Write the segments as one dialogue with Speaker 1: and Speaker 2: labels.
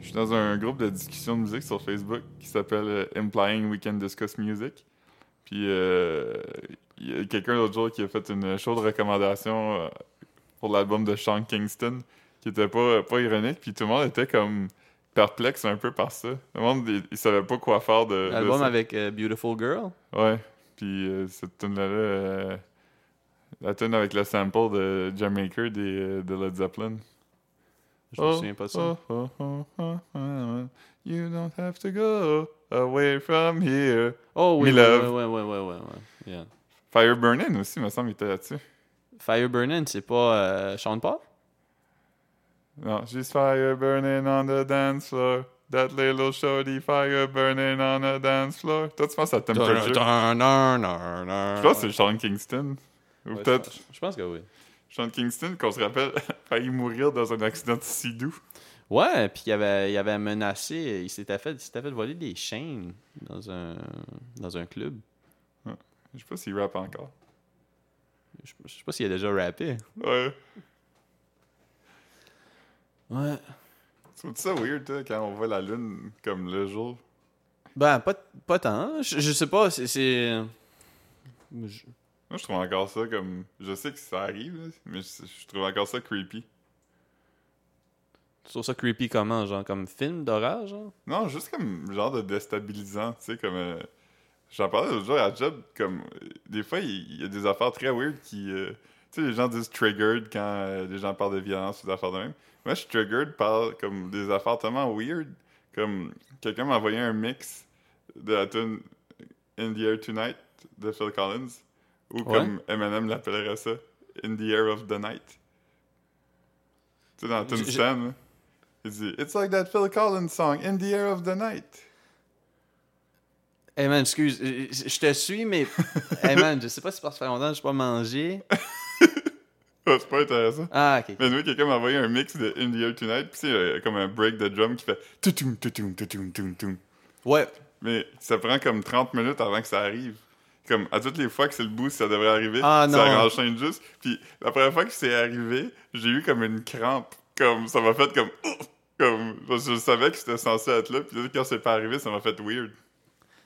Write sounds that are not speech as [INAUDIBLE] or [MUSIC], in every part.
Speaker 1: suis dans un groupe de discussion de musique sur Facebook qui s'appelle euh, Implying We Can Discuss Music. Puis euh, il y a quelqu'un l'autre jour qui a fait une chaude recommandation euh, pour l'album de Sean Kingston qui était pas, euh, pas ironique. Puis tout le monde était comme perplexe un peu par ça. Le monde, il, il savait pas quoi faire de. de
Speaker 2: L'album
Speaker 1: ça.
Speaker 2: avec euh, Beautiful Girl.
Speaker 1: Ouais. Puis euh, cette tune-là, euh, la tune avec le sample de Jamaica des, euh, de Led Zeppelin.
Speaker 2: Je me souviens pas de ça.
Speaker 1: Oh, oh, oh, oh, oh, You don't have to go away from here.
Speaker 2: Oh oui,
Speaker 1: Me
Speaker 2: ouais,
Speaker 1: Love.
Speaker 2: ouais, ouais, ouais, ouais, ouais. Yeah.
Speaker 1: Fire Burning aussi, me semble, il était là-dessus.
Speaker 2: Fire Burning, c'est pas euh, Sean Paul?
Speaker 1: Non, she's fire burning on the dance floor. That little shorty fire burning on the dance floor. Toi, tu penses à Temperature? Je pense que c'est Sean Kingston. Ou
Speaker 2: Ouais,
Speaker 1: peut-être
Speaker 2: je- Je pense que oui.
Speaker 1: Sean Kingston, qu'on se [LAUGHS] rappelle, a failli mourir dans un accident si doux.
Speaker 2: Ouais, puis il avait, il avait menacé, il s'était fait, il s'était fait voler des chaînes dans un, dans un club.
Speaker 1: Je sais pas s'il rappe encore.
Speaker 2: Je, je sais pas s'il a déjà rappé.
Speaker 1: Ouais.
Speaker 2: Ouais.
Speaker 1: trouves ça weird, toi, quand on voit la lune comme le jour?
Speaker 2: Ben, pas, pas tant. Je, je sais pas, c'est- c'est. je-
Speaker 1: Moi, je trouve encore ça comme. Je sais que ça arrive, là, mais je, je trouve encore ça creepy.
Speaker 2: Tu trouves ça creepy comment? Genre comme film d'horreur, genre?
Speaker 1: Non, juste comme genre de déstabilisant, tu sais, comme. euh, J'en parlais l'autre jour à Job, comme. euh, Des fois, il il y, a des affaires très weird qui. euh, tu sais, les gens disent triggered quand euh, les gens parlent de violence ou d'affaires de même. Moi, je suis triggered par comme des affaires tellement weird. Comme quelqu'un m'a envoyé un mix de la tune In the Air Tonight de Phil Collins, ou
Speaker 2: Ouais.
Speaker 1: comme Eminem l'appellerait ça, In the Air of the Night. Tu sais, dans la tune
Speaker 2: J- j-
Speaker 1: Stan, là, il dit eh? It's like that Phil Collins song, In the Air of the Night.
Speaker 2: Hey Eh, man, excuse, je je te suis, mais. hey man, je sais pas si parce que ça fait longtemps que je pas mangé.
Speaker 1: Ouais, C'est pas intéressant.
Speaker 2: Ah, ok.
Speaker 1: Mais nous, quelqu'un m'a envoyé un mix de In the Air Tonight, pis c'est euh, comme un break de drum qui fait toutoum, toutoum, toutoum, toutoum.
Speaker 2: Ouais.
Speaker 1: Mais ça prend comme 30 minutes avant que ça arrive. Comme à toutes les fois que c'est le bout, ça devrait arriver,
Speaker 2: Ah, non.
Speaker 1: ça enchaîne juste. Puis la première fois que c'est arrivé, j'ai eu comme une crampe. Comme ça m'a fait comme. Ouf! Comme, parce que je savais que c'était censé être là, puis là, quand c'est pas arrivé, ça m'a fait weird.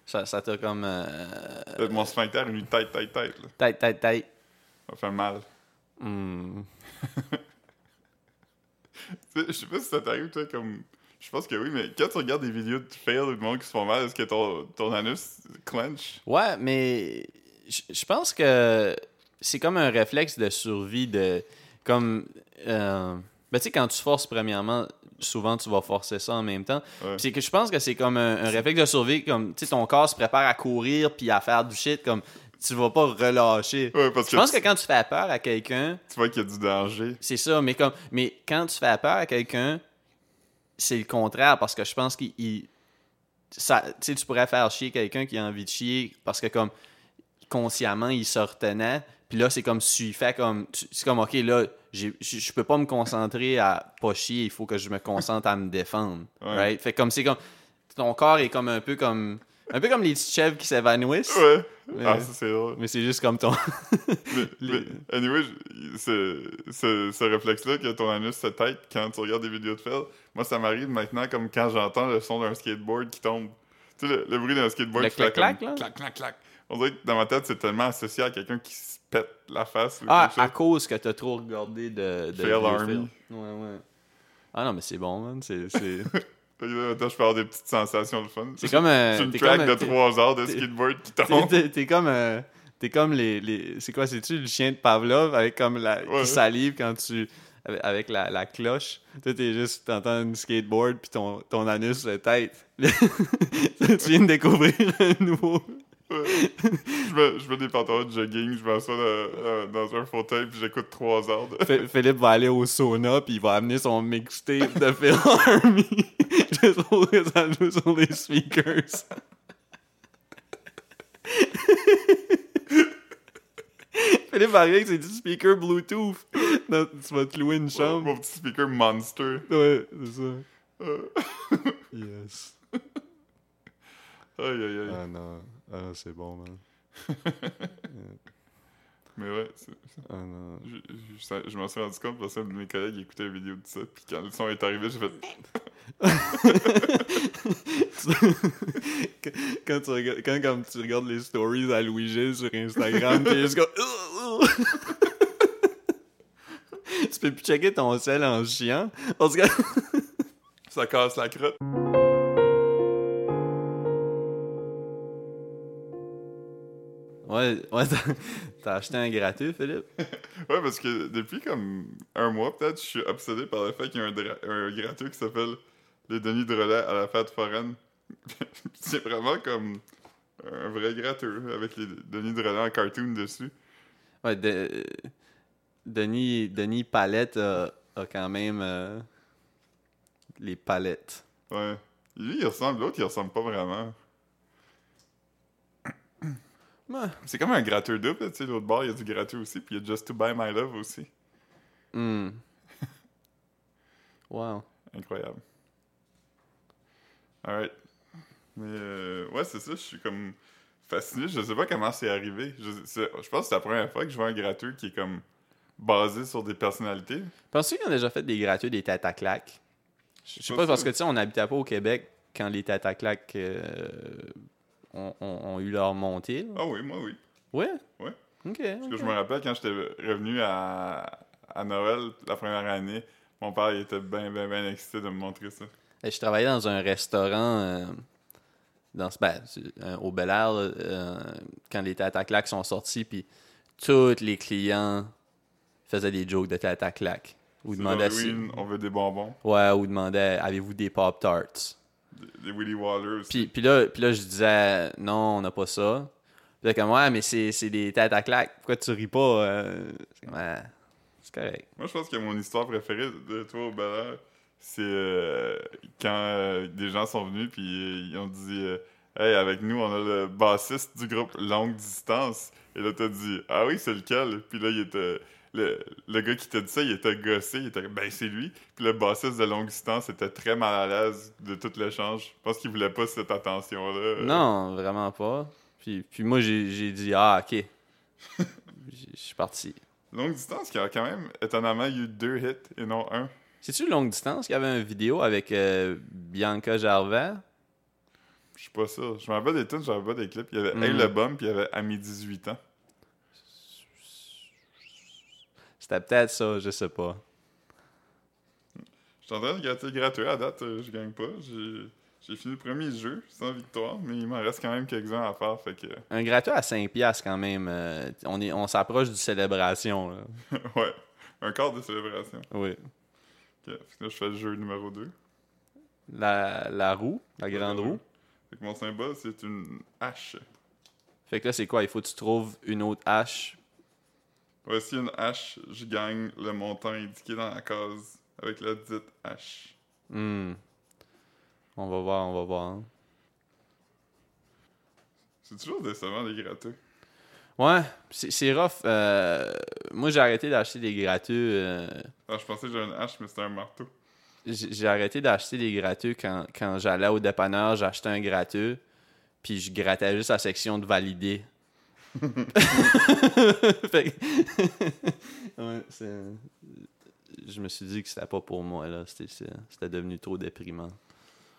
Speaker 2: Ça ça t'a comme. euh,
Speaker 1: Mon sphincter a eu tête, tête, tête. là.
Speaker 2: Tête, tête, tête.
Speaker 1: Ça fait mal.
Speaker 2: Hmm.
Speaker 1: [LAUGHS] Tu sais, Je sais pas si ça t'arrive, toi, comme. Je pense que oui, mais quand tu regardes des vidéos de fail ou de monde qui se font mal, est-ce que ton, ton anus clench?
Speaker 2: Ouais, mais je je pense que c'est comme un réflexe de survie de comme euh, ben, tu sais quand tu forces premièrement souvent tu vas forcer ça en même temps
Speaker 1: Ouais.
Speaker 2: Puis c'est que je pense que c'est comme un, un réflexe de survie comme tu sais ton corps se prépare à courir puis à faire du shit comme tu vas pas relâcher
Speaker 1: Ouais, parce
Speaker 2: je
Speaker 1: que,
Speaker 2: pense que
Speaker 1: tu,
Speaker 2: quand tu fais peur à quelqu'un
Speaker 1: tu vois qu'il y a du danger.
Speaker 2: c'est ça mais comme mais quand tu fais peur à quelqu'un c'est le contraire parce que je pense qu'il il- ça tu sais, tu pourrais faire chier quelqu'un qui a envie de chier parce que comme consciemment il se retenait puis là c'est comme si fait comme tu- c'est comme ok là j'ai- je je peux pas me concentrer à pas chier il faut que je me concentre à me défendre
Speaker 1: Ouais.
Speaker 2: right? fait comme c'est comme ton corps est comme un peu comme un peu comme les petites chèvres qui s'évanouissent
Speaker 1: Ouais.
Speaker 2: Mais-
Speaker 1: Ah, ça, c'est drôle.
Speaker 2: mais c'est juste comme ton
Speaker 1: Mais,
Speaker 2: [LAUGHS] Les-
Speaker 1: mais anyway, je- ce, ce, ce réflexe-là que ton anus se tête quand tu regardes des vidéos de fail, moi, ça m'arrive maintenant comme quand j'entends le son d'un skateboard qui tombe. Tu sais, le, le bruit d'un skateboard
Speaker 2: Le
Speaker 1: qui fait
Speaker 2: clac-clac,
Speaker 1: comme
Speaker 2: là?
Speaker 1: clac, clac, clac. On dirait que dans ma tête, c'est tellement associé à quelqu'un qui se pète la face ou
Speaker 2: Ah,
Speaker 1: quelque chose.
Speaker 2: à cause que t'as trop regardé de. de
Speaker 1: Fail
Speaker 2: vieux
Speaker 1: Army.
Speaker 2: films. Ouais, ouais. Ah non, mais c'est bon, man. C'est, c'est...
Speaker 1: Fait que là, Attends, je peux avoir des petites sensations de fun.
Speaker 2: c'est comme un.
Speaker 1: [LAUGHS] C'est une
Speaker 2: t'es
Speaker 1: track
Speaker 2: comme
Speaker 1: de
Speaker 2: un-
Speaker 1: 3 heures de
Speaker 2: t'es-
Speaker 1: skateboard qui
Speaker 2: [LAUGHS] t'es-
Speaker 1: tombe.
Speaker 2: T'es, t'es comme un- T'es comme les, les. C'est quoi, c'est-tu le chien de Pavlov avec comme la.
Speaker 1: Ouais.
Speaker 2: qui salive quand tu. avec, avec la, la cloche. Toi, t'es juste. t'entends une skateboard puis ton, ton anus de tête. [LAUGHS] tu viens de découvrir un nouveau.
Speaker 1: Ouais. je, mets, je mets des pantalons de jogging, je m'assois dans, dans- dans un fauteuil puis j'écoute 3 heures de...
Speaker 2: F- Philippe va aller au sauna puis il va amener son mixtape de Phil [LAUGHS] Army. Je trouve que ça joue sur les speakers. Philippe va arriver avec ses petits speakers Bluetooth. Non, tu vas te louer une
Speaker 1: Mon,
Speaker 2: chambre.
Speaker 1: petit speaker monster.
Speaker 2: Ouais, c'est ça.
Speaker 1: Euh,
Speaker 2: Yes.
Speaker 1: aïe, aïe, aïe.
Speaker 2: Ah non. Ah non, c'est bon, man.
Speaker 1: Mais ouais, c'est-
Speaker 2: Ah non.
Speaker 1: je, je- je- je m'en suis rendu compte parce que un de mes collègues écoutait une vidéo de ça puis quand le son est arrivé, j'ai fait...
Speaker 2: [LAUGHS] quand, tu regardes, quand comme tu regardes les stories à Louis Gilles sur Instagram, t'es juste comme. [LAUGHS] tu peux plus checker ton sel en chiant. Parce que.
Speaker 1: Ça casse la crotte.
Speaker 2: [LAUGHS] Ouais, ouais t'as- t'as acheté un gratuit, Philippe.
Speaker 1: Ouais, parce que depuis comme un mois, peut-être, je suis obsédé par le fait qu'il y a un, dra- un gratuit qui s'appelle Les Denis de relais à la fête foraine. [LAUGHS] c'est vraiment comme un vrai gratuit avec les Denis de relais en cartoon dessus.
Speaker 2: Ouais, de- Denis, Denis Palette a, a quand même euh, les palettes.
Speaker 1: Ouais. Lui, il ressemble, l'autre, il ressemble pas
Speaker 2: [COUGHS]
Speaker 1: vraiment. C'est comme un gratteur double, tu sais, l'autre bord, il y a du gratuit aussi, puis il y a Just to Buy My Love aussi.
Speaker 2: Hmm. Wow.
Speaker 1: Incroyable. Alright. Mais euh, ouais, c'est ça, je suis comme fasciné. Je sais pas comment c'est arrivé. Je, c'est- je pense que c'est la première fois que je vois un gratteux qui est comme basé sur des personnalités.
Speaker 2: Penses-tu qu'ils ont déjà fait des gratuits des têtes à claques? Je sais pas, parce que tu sais, on n'habitait pas au Québec quand les têtes à claques euh, ont, ont- ont eu leur montée. là.
Speaker 1: Ah oui, moi oui.
Speaker 2: Ouais?
Speaker 1: Ouais. Parce
Speaker 2: Ok.
Speaker 1: que
Speaker 2: ok.
Speaker 1: je me rappelle quand j'étais revenu à, à Noël la première année, mon père il était bien, bien, bien excité de me montrer ça.
Speaker 2: Et Eh, Je travaillais dans un restaurant euh, dans ce, ben, c'est, euh, au Bel Air là, euh, quand les têtes à claques sont sortis, puis tous les clients faisaient des jokes de tête à claques. Ou
Speaker 1: C'est
Speaker 2: demandaient, si-
Speaker 1: Halloween, on veut des bonbons,
Speaker 2: ouais, ou demandaient avez-vous des Pop Tarts?
Speaker 1: des, des Willy Waller aussi.
Speaker 2: Puis, puis là, puis là, je disais, non, on n'a pas ça. Puis là, comme, ouais, mais c'est c'est des têtes à claques. Pourquoi tu ris pas? euh? C'est comme, Ah, c'est correct.
Speaker 1: Moi, je pense que mon histoire préférée de toi au Bel Air, c'est euh, quand euh, des gens sont venus puis euh, ils ont dit euh, Hey, avec nous, on a le bassiste du groupe Longue Distance. Et là, t'as dit Ah oui, c'est lequel Puis là, il était. Le, le gars qui t'a dit ça, il était gossé. Il était Ben, c'est lui. Puis le bassiste de Longue Distance était très mal à l'aise de tout l'échange. Je pense qu'il voulait pas cette attention-là. Euh,
Speaker 2: Non, vraiment pas. Puis, puis moi, j'ai j'ai dit, ah, ok. J'ai- Je suis parti.
Speaker 1: Longue Distance qui a quand même étonnamment eu deux hits et non un.
Speaker 2: C'est-tu longue distance qu'il y avait une vidéo avec euh, Bianca Gervais?
Speaker 1: Je suis pas sûr. Je me rappelle des tunes, je me rappelle des clips. Il y avait
Speaker 2: Mm.
Speaker 1: Hey le Bum, puis il y avait Ami 18 ans.
Speaker 2: C'était peut-être ça, je sais pas.
Speaker 1: Je suis en train de gratter gratuit. À date, euh, je gagne pas. J'ai- J'ai fini le premier jeu sans victoire, mais il m'en reste quand même quelques-uns à faire. Fait que, [LAUGHS]
Speaker 2: Un gratuit à 5$ piastres quand même. euh, on est- on s'approche du célébration. Là.
Speaker 1: ouais, un quart de célébration.
Speaker 2: Oui.
Speaker 1: Ok, Fait que là, je fais le jeu numéro 2.
Speaker 2: La, la roue, la grande roue.
Speaker 1: Fait que mon symbole, c'est une hache.
Speaker 2: Fait que là, c'est quoi? Il faut que tu trouves une autre hache.
Speaker 1: Ouais, si une hache, je gagne le montant indiqué dans la case avec la dite hache.
Speaker 2: Hmm. On va voir, on va voir.
Speaker 1: C'est toujours décevant, les gratteux.
Speaker 2: Ouais, c'est c'est rough. euh, moi, j'ai arrêté d'acheter des gratuits. euh,
Speaker 1: Ah, je pensais que j'avais une hache, mais c'était un marteau.
Speaker 2: J'ai j'ai arrêté d'acheter des gratuits quand, quand j'allais au dépanneur, j'achetais un gratuit, puis je grattais juste la section de valider. [LAUGHS] Fait que- [LAUGHS] Ouais, c'est- je me suis dit que c'était pas pour moi, là. C'était- c'est- C'était devenu trop déprimant.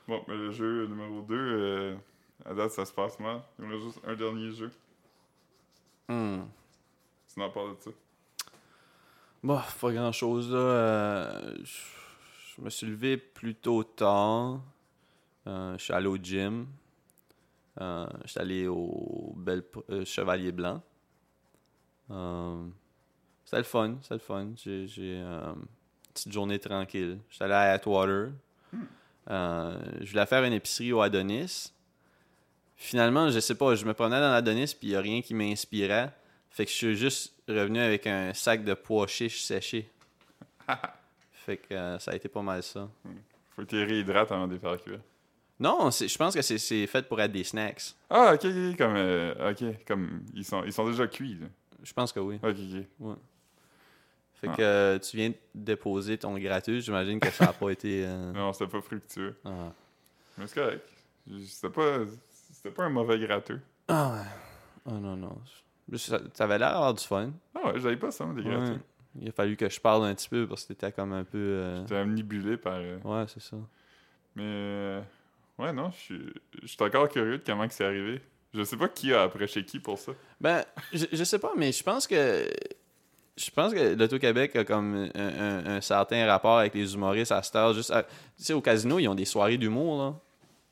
Speaker 1: Bon, mais le jeu numéro 2, à date, ça se passe mal. Il me reste juste un dernier jeu.
Speaker 2: Hmm.
Speaker 1: Sinon, on parle de ça.
Speaker 2: Bon, pas grand chose là. Euh, je- je me suis levé plutôt tard. Euh, je suis allé au gym. Euh, je suis allé au Bel euh, Chevalier Blanc. Euh, c'était le fun, c'était le fun. J'ai, j'ai, euh, une petite journée tranquille. Je suis allé à Atwater. Euh, je voulais faire une épicerie au Adonis. Finalement, je sais pas, je me promenais dans l'Adonis puis il n'y a rien qui m'inspirait. Fait que je suis juste revenu avec un sac de pois chiches séchés. fait que euh, ça a été pas mal ça.
Speaker 1: Faut que tu les réhydrates avant de les faire cuire.
Speaker 2: Non, c'est- je pense que c'est- c'est fait pour être des snacks.
Speaker 1: Ah, ok, ok, comme. euh, ok, comme. Ils sont, ils sont déjà cuits, là.
Speaker 2: Je pense que oui.
Speaker 1: Ok, ok.
Speaker 2: Fait
Speaker 1: Ah.
Speaker 2: que euh, tu viens de déposer ton gratuit, j'imagine que ça n'a pas été. euh,
Speaker 1: Non, c'était pas fructueux.
Speaker 2: ah.
Speaker 1: Mais c'est correct. C'était pas. C'était pas un mauvais gratteux.
Speaker 2: Ah ouais. Oh non, non. Mais ça- T'avais l'air d'avoir du fun.
Speaker 1: Ah ouais, j'avais pas ça, moi, des
Speaker 2: Ouais.
Speaker 1: gratteux.
Speaker 2: Il a fallu que je parle un petit peu parce que t'étais comme un peu. euh,
Speaker 1: J'étais omnibulé par. euh,
Speaker 2: Ouais, c'est ça.
Speaker 1: Mais euh, ouais, non, je suis je suis encore curieux de comment que c'est arrivé. Je sais pas qui a approché qui pour ça.
Speaker 2: Ben, je, je sais pas, mais je pense que. Je pense que l'Auto-Québec a comme un, un- un certain rapport avec les humoristes à Star. Juste à- tu sais, au casino, ils ont des soirées d'humour, là.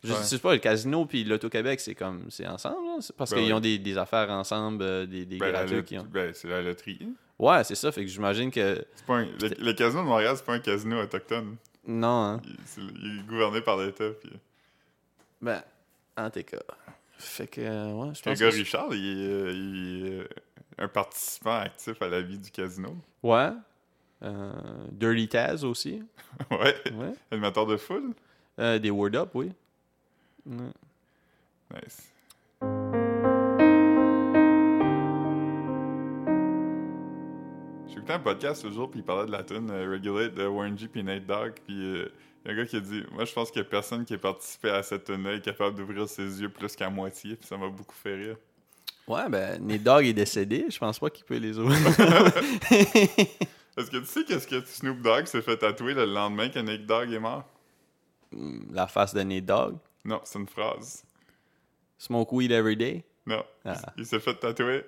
Speaker 2: Je
Speaker 1: Ouais.
Speaker 2: sais pas, le casino puis l'Auto-Québec, c'est comme. C'est ensemble, là. C'est parce
Speaker 1: Ben
Speaker 2: qu'ils
Speaker 1: ouais.
Speaker 2: ont des, des affaires ensemble, euh, des, des
Speaker 1: Ben, la
Speaker 2: gratuits
Speaker 1: lot-
Speaker 2: qui ont.
Speaker 1: ben, c'est la loterie. hein.
Speaker 2: Ouais, c'est ça. Fait que j'imagine que.
Speaker 1: C'est pas un- le, le casino de Montréal, c'est pas un casino autochtone.
Speaker 2: Non, hein.
Speaker 1: Il, c'est- il est gouverné par l'État. Puis...
Speaker 2: Ben, en tout cas. Fait que, euh, ouais, je
Speaker 1: Le
Speaker 2: pense
Speaker 1: gars
Speaker 2: que. je-
Speaker 1: Richard, il est, euh, il est, euh, un participant actif à la vie du casino. [LAUGHS]
Speaker 2: Ouais. Euh, Dirty Taz aussi.
Speaker 1: ouais,
Speaker 2: Ouais.
Speaker 1: animateur de foule.
Speaker 2: Euh, des Word Up, oui. Ouais.
Speaker 1: Nice. J'ai écouté un podcast le jour, puis il parlait de la tune euh, Regulate de Warren G puis Nate Dogg, puis euh, il y a un gars qui a dit « Moi, je pense que personne qui a participé à cette tune est capable d'ouvrir ses yeux plus qu'à moitié, puis ça m'a beaucoup fait rire.
Speaker 2: Ouais, ben, Nate Dogg est décédé. Je pense pas qu'il peut les
Speaker 1: [LAUGHS]
Speaker 2: ouvrir.
Speaker 1: Est-ce que tu sais qu'est-ce que Snoop Dogg s'est fait tatouer le lendemain que Nate Dogg est mort?
Speaker 2: Hmm, La face de Nate Dogg.
Speaker 1: Non, c'est une phrase.
Speaker 2: Smoke weed every day.
Speaker 1: Non.
Speaker 2: Ah.
Speaker 1: Il s'est fait tatouer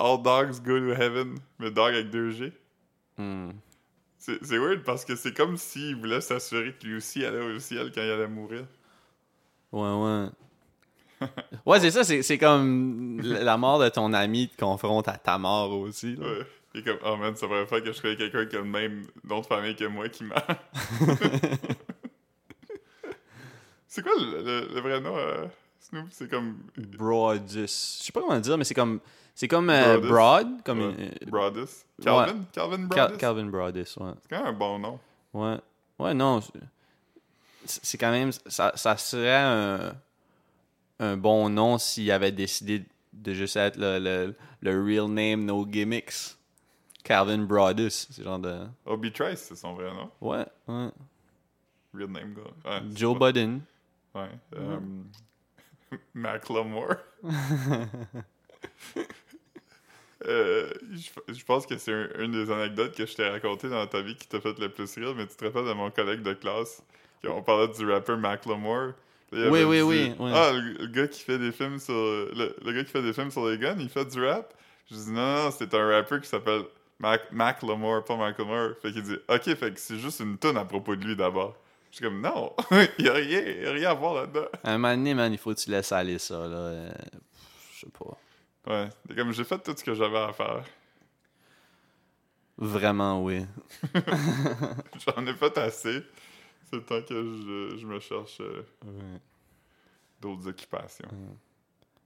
Speaker 1: All dogs go to heaven, mais dog avec deux G.
Speaker 2: Hmm.
Speaker 1: C'est c'est weird parce que c'est comme s'il voulait s'assurer que lui aussi allait au ciel quand il allait mourir. [LAUGHS]
Speaker 2: Ouais, ouais. Ouais, c'est ça. C'est c'est comme la la mort de ton ami te confronte à ta mort aussi. là.
Speaker 1: Ouais. Il est comme, oh man, ça pourrait faire que je serais quelqu'un qui a le même nom de famille que moi qui
Speaker 2: [LAUGHS]
Speaker 1: meurt. c'est quoi le, le- le vrai nom, euh, Snoop? C'est comme
Speaker 2: Broadus. Je sais pas comment le dire, mais c'est comme. C'est comme euh,
Speaker 1: Broadus.
Speaker 2: Broad. Comme
Speaker 1: euh,
Speaker 2: une- euh,
Speaker 1: Broadus. Calvin? Calvin
Speaker 2: Cal-
Speaker 1: Broadus?
Speaker 2: Calvin Broadus, ouais.
Speaker 1: C'est quand même un bon nom.
Speaker 2: Ouais. Ouais, non. c'est- C'est quand même. Ça, ça serait un, un bon nom s'il avait décidé de juste être le, le, le real name, no gimmicks. Calvin Broadus. C'est genre de.
Speaker 1: Obi Trice, c'est son vrai nom.
Speaker 2: Ouais, ouais.
Speaker 1: Real name, gars. Ouais, c'est
Speaker 2: Joe
Speaker 1: pas-
Speaker 2: Budden.
Speaker 1: Ouais. Euh,
Speaker 2: euh, [LAUGHS]
Speaker 1: Macklemore. [LAUGHS] Euh, je, je pense que c'est un- une des anecdotes que je t'ai racontées dans ta vie qui t'a fait le plus rire, mais tu te rappelles de mon collègue de classe, qui- on parlait du rappeur Macklemore. Là, il
Speaker 2: Oui,
Speaker 1: avait
Speaker 2: oui,
Speaker 1: dit,
Speaker 2: oui, oui.
Speaker 1: Ah, le, le gars qui fait des films sur le, le gars qui fait des films sur les guns, il fait du rap. Je dis non, non, non, c'est un rappeur qui s'appelle Mac Macklemore, pas Macklemore. Fait qu'il dit ok, fait que c'est juste une tonne à propos de lui d'abord. Je suis comme non, [LAUGHS] il y a rien, il y a rien à voir là-dedans.
Speaker 2: Un moment donné, man, il faut que tu laisses aller ça, là. Euh, Je sais pas.
Speaker 1: Ouais, c'est comme j'ai fait tout ce que j'avais à faire. [LAUGHS]
Speaker 2: Vraiment, oui.
Speaker 1: J'en ai fait assez. C'est le temps que je, je me cherche euh, d'autres occupations.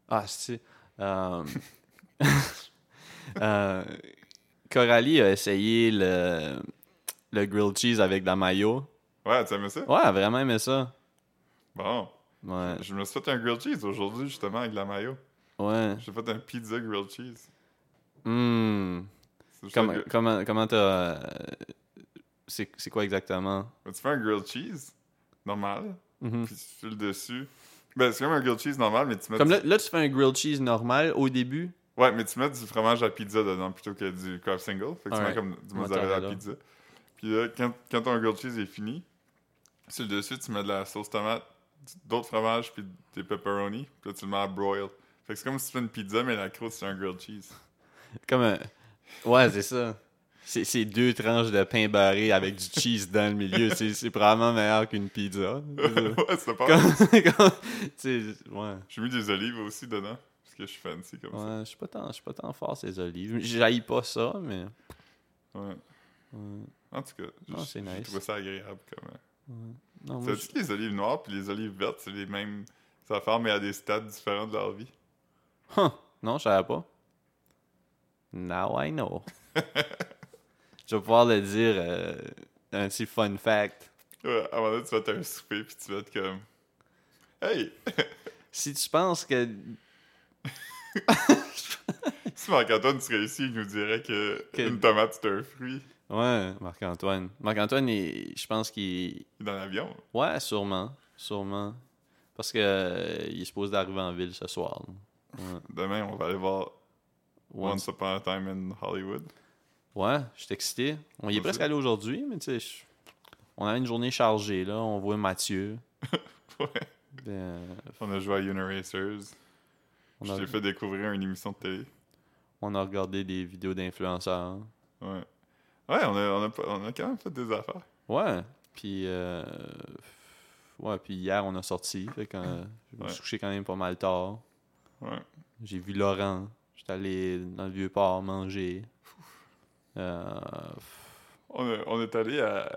Speaker 2: Ah, c'est. Euh... [LAUGHS] euh, Coralie a essayé le, le grilled cheese avec de la mayo.
Speaker 1: Ouais, tu aimais ça?
Speaker 2: Ouais, elle a vraiment aimé ça.
Speaker 1: Bon,
Speaker 2: Ouais,
Speaker 1: je me suis fait un grilled cheese aujourd'hui, justement, avec de la mayo.
Speaker 2: ouais.
Speaker 1: J'ai fait un pizza grilled cheese.
Speaker 2: Hmm.
Speaker 1: C'est juste un
Speaker 2: Comment,
Speaker 1: gr-
Speaker 2: comment, comment t'as. euh, C'est c'est quoi exactement?
Speaker 1: Mais tu fais un grilled cheese normal,
Speaker 2: Mhm.
Speaker 1: puis tu fais le dessus. Ben, c'est comme un grilled cheese normal, mais tu mets,
Speaker 2: Comme
Speaker 1: du...
Speaker 2: là, là, tu fais un grilled cheese normal au début.
Speaker 1: ouais, mais tu mets du fromage à pizza dedans plutôt que du crab single. Fait que tu mets
Speaker 2: Alright.
Speaker 1: comme du mozzarella à
Speaker 2: Mozzarella.
Speaker 1: pizza. Puis là, quand, quand ton grilled cheese est fini, sur le dessus, tu mets de la sauce tomate, du- d'autres fromages, puis des pepperoni. Puis là, tu le mets à broil. Fait que c'est comme si tu fais une pizza, mais la croûte, c'est un grilled
Speaker 2: [LAUGHS]
Speaker 1: cheese.
Speaker 2: Comme un. Ouais, c'est ça. C'est c'est deux tranches de pain barré avec du cheese dans le [LAUGHS] milieu. C'est c'est probablement meilleur qu'une pizza. [LAUGHS]
Speaker 1: [LAUGHS] ouais, c'est pas mal.
Speaker 2: Comme- comme- tu sais, ouais.
Speaker 1: J'ai mis des olives aussi dedans, parce que je suis fancy comme ça.
Speaker 2: Ouais, je suis pas tant, je suis pas tant fort ces olives. J'haïs pas ça, mais
Speaker 1: Ouais.
Speaker 2: ouais.
Speaker 1: En tout cas,
Speaker 2: Ah,
Speaker 1: j'ai
Speaker 2: c'est
Speaker 1: j'ai
Speaker 2: nice.
Speaker 1: trouvé ça agréable comme... euh,
Speaker 2: non, moi,
Speaker 1: T'as-tu que les olives noires puis les olives vertes, c'est les mêmes affaires, mais à des stades différents de leur vie?
Speaker 2: je- Huh, non, je savais pas. Now I know. je vais pouvoir le dire euh, un petit fun fact.
Speaker 1: Ouais, à un moment donné, tu vas te faire un souper puis tu vas être comme... Hey!
Speaker 2: Si tu penses que
Speaker 1: Si Marc-Antoine serait ici, il nous dirait que,
Speaker 2: Que-
Speaker 1: une tomate, c'est un fruit.
Speaker 2: ouais, Marc-Antoine, Marc-Antoine est- je pense qu'il
Speaker 1: Il est dans l'avion.
Speaker 2: ouais, sûrement, sûrement parce que euh, il est supposé d'arriver en ville ce soir. là. Ouais.
Speaker 1: Demain, on va aller voir
Speaker 2: Once-
Speaker 1: Once Upon a Time in Hollywood. [LAUGHS]
Speaker 2: Ouais, je suis excité. On y est
Speaker 1: Vas-y.
Speaker 2: presque allé aujourd'hui, mais tu sais, je- on a une journée chargée, là. On voit Mathieu.
Speaker 1: ouais.
Speaker 2: Euh,
Speaker 1: On a joué à Uniracers.
Speaker 2: on,
Speaker 1: Je
Speaker 2: a,
Speaker 1: t'ai fait découvrir une émission de télé.
Speaker 2: on a regardé des vidéos d'influenceurs.
Speaker 1: Ouais. Ouais, on a, on, a, pas- on a quand même fait des affaires.
Speaker 2: Ouais. Puis, euh, ouais, puis hier, on a sorti. Fait que, euh, je me
Speaker 1: Ouais.
Speaker 2: suis couché quand même pas mal tard.
Speaker 1: Ouais.
Speaker 2: J'ai vu Laurent. J'étais allé dans le vieux port manger. Euh,
Speaker 1: On, a- on est allé à,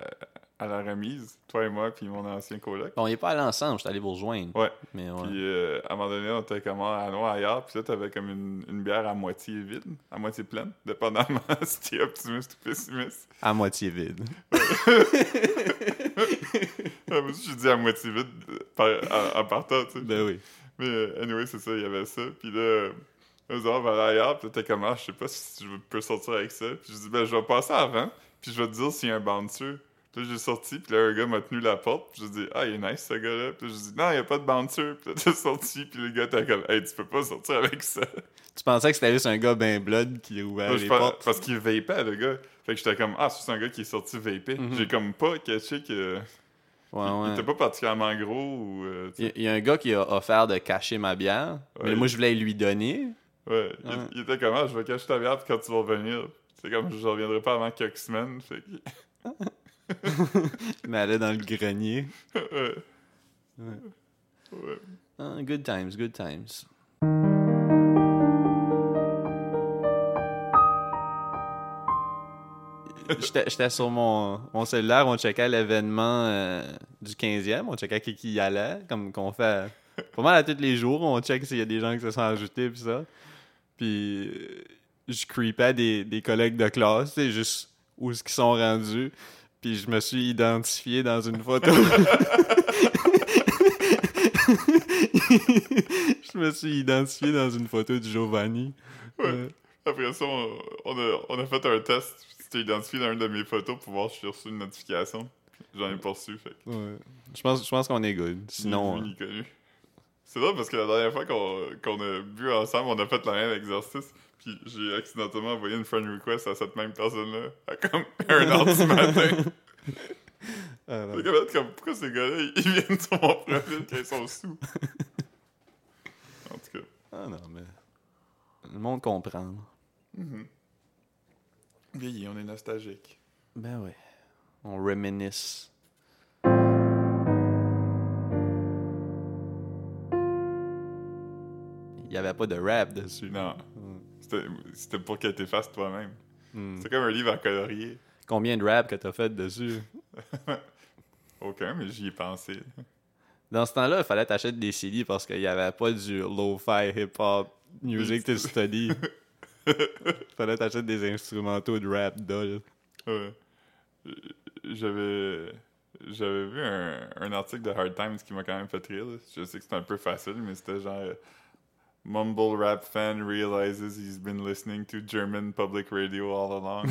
Speaker 1: à la remise, toi et moi, puis mon ancien coloc.
Speaker 2: on n'est pas allé ensemble, j'étais allé vous rejoindre.
Speaker 1: Ouais.
Speaker 2: Mais ouais.
Speaker 1: Puis euh, à un moment donné, on était comme ah, allons ailleurs, puis là, t'avais comme une, une bière à moitié vide, à moitié pleine, dépendamment [LAUGHS] si t'es optimiste ou pessimiste.
Speaker 2: À moitié
Speaker 1: [LAUGHS]
Speaker 2: vide.
Speaker 1: Ah, Moi aussi, j'ai dit à moitié vide euh, par, en- en partant, tu sais.
Speaker 2: ben oui.
Speaker 1: Mais euh, anyway, c'est ça, il y avait ça. Puis là, euh, on disait, on va aller ailleurs. Puis là, t'es comme, ah, je sais pas si je peux sortir avec ça. Puis je dis, ben, je vais passer avant. Puis je vais te dire s'il y a un bouncer. Puis là, j'ai sorti. Puis là, un gars m'a tenu la porte. Puis je dis, ah, il est nice, ce gars-là. Puis là, je dis, non, il n'y a pas de bouncer. Puis là, t'es sorti. Puis le gars, t'es comme, hey, tu peux pas sortir avec ça.
Speaker 2: Tu pensais que c'était juste un gars ben blood qui ouvrait
Speaker 1: Moi, je
Speaker 2: les
Speaker 1: pense-
Speaker 2: portes?
Speaker 1: Parce qu'il vapait, le gars. Fait que j'étais comme, ah, c'est un gars qui est sorti vaper.
Speaker 2: Mhm.
Speaker 1: J'ai comme pas caché que.
Speaker 2: Ouais,
Speaker 1: il- Il
Speaker 2: Ah ouais.
Speaker 1: était pas particulièrement gros ou. euh, tu
Speaker 2: Il il y a un gars qui a offert de cacher ma bière, mais
Speaker 1: Ouais.
Speaker 2: moi je voulais lui donner.
Speaker 1: Ouais, il-
Speaker 2: Ouais.
Speaker 1: Il, était comme ah, je vais cacher ta bière puis quand tu vas revenir. C'est comme je reviendrai pas avant quelques semaines. Fait que- [LAUGHS]
Speaker 2: Mais elle est dans le grenier.
Speaker 1: ouais.
Speaker 2: Ouais.
Speaker 1: Ouais.
Speaker 2: Ah, good times, good times. J'étais j'étais sur mon, mon cellulaire, on checkait l'événement euh, du 15e, on checkait qui, qui y allait, comme qu'on fait pas mal à tous les jours, on check s'il y a des gens qui se sont ajoutés, puis ça. Puis euh, je creepais des, des collègues de classe, c'est juste où ce qu'ils sont rendus, puis je me suis identifié dans une photo. [LAUGHS] je me suis identifié dans une photo de Giovanni.
Speaker 1: Ouais.
Speaker 2: Euh,
Speaker 1: Après ça, on, on a, on a fait un test. J'étais identifié dans une de mes photos pour voir si j'ai reçu une notification.
Speaker 2: Mm.
Speaker 1: J'en ai pas reçu. Fait que
Speaker 2: ouais. Je pense, je pense qu'on est good.
Speaker 1: ni
Speaker 2: Sinon, euh,
Speaker 1: vu ni connu. C'est drôle parce que la dernière fois qu'on qu'on a bu ensemble, on a fait le même exercice. Puis j'ai accidentellement envoyé une friend request à cette même personne-là à
Speaker 2: [LAUGHS]
Speaker 1: comme un heure du matin.
Speaker 2: euh,
Speaker 1: Fait que, en fait, comme, pourquoi ces gars-là, ils ils viennent sur mon profil quand ils sont sous? en tout cas.
Speaker 2: ah non, mais le monde comprend.
Speaker 1: Vieilli, on est nostalgique.
Speaker 2: Ben oui. On reminisce. Il n'y avait pas de rap dessus.
Speaker 1: Non. C'était c'était pour que t'effaces toi-même.
Speaker 2: Hmm.
Speaker 1: C'est comme un livre à colorier.
Speaker 2: Combien de rap que t'as fait dessus?
Speaker 1: Aucun, mais j'y ai pensé.
Speaker 2: Dans ce temps-là, il fallait t'acheter des CD parce qu'il n'y avait pas du lo-fi hip-hop music to study. [LAUGHS] fallait t'acheter des instrumentaux de rap doll.
Speaker 1: Ouais. Euh, J'avais... J'avais vu un, un article de Hard Times qui m'a quand même fait rire. là. Je sais que c'est un peu facile, mais c'était genre... euh, Mumble rap fan realizes he's been listening to German public radio all along.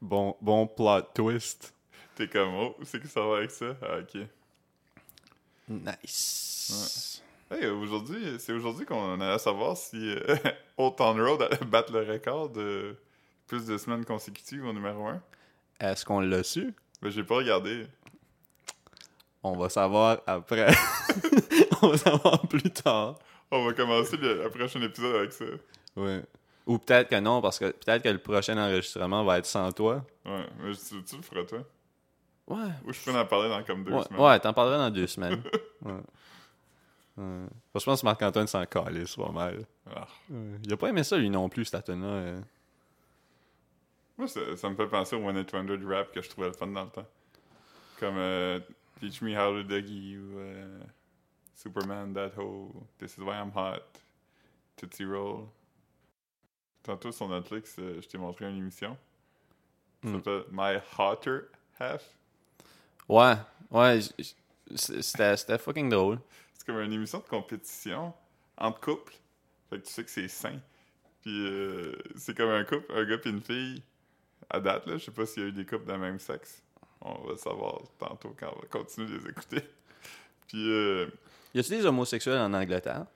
Speaker 2: Bon, bon plot twist.
Speaker 1: T'es comme, oh, c'est que ça va avec ça? Ah, ok.
Speaker 2: Nice.
Speaker 1: Hey, aujourd'hui, c'est aujourd'hui qu'on allait savoir si euh, [LAUGHS] Old Town Road allait battre le record de plus de semaines consécutives au numéro 1.
Speaker 2: Est-ce qu'on l'a su?
Speaker 1: Mais j'ai pas regardé.
Speaker 2: On va savoir après. [LAUGHS] On va savoir plus tard.
Speaker 1: On va commencer le, le prochain épisode avec ça.
Speaker 2: Ouais. Ou peut-être que non, parce que peut-être que le prochain enregistrement va être sans toi.
Speaker 1: Ouais, mais tu, tu le feras, toi.
Speaker 2: Ouais.
Speaker 1: Ou je peux en parler dans comme deux
Speaker 2: Ouais,
Speaker 1: semaines.
Speaker 2: ouais, t'en parleras dans deux [LAUGHS] semaines. Ouais. Ouais. Parce que Je pense que Marc-Antoine s'en calisse pas mal.
Speaker 1: Ah.
Speaker 2: Ouais. Il a pas aimé ça, lui non plus, euh. cette tune là
Speaker 1: Moi, ça, ça me fait penser au One It Wonder du rap que je trouvais le fun dans le temps. Comme euh, Teach Me How to Dougie ou euh, Superman, That Ho, This Is Why I'm Hot, Tootsie Roll. Tantôt sur Netflix, euh, je t'ai montré une émission. Ça
Speaker 2: Mm.
Speaker 1: s'appelle My Hotter Half.
Speaker 2: Ouais, ouais, j- j- c- c'était c'était fucking drôle.
Speaker 1: C'est comme une émission de compétition entre couples. Fait que tu sais que c'est sain. Puis euh, c'est comme un couple, un gars puis une fille. À date, là, je sais pas s'il y a eu des couples d'un même sexe. On va le savoir tantôt quand on va continuer de les écouter. Puis euh,
Speaker 2: Y a-tu des homosexuels en Angleterre?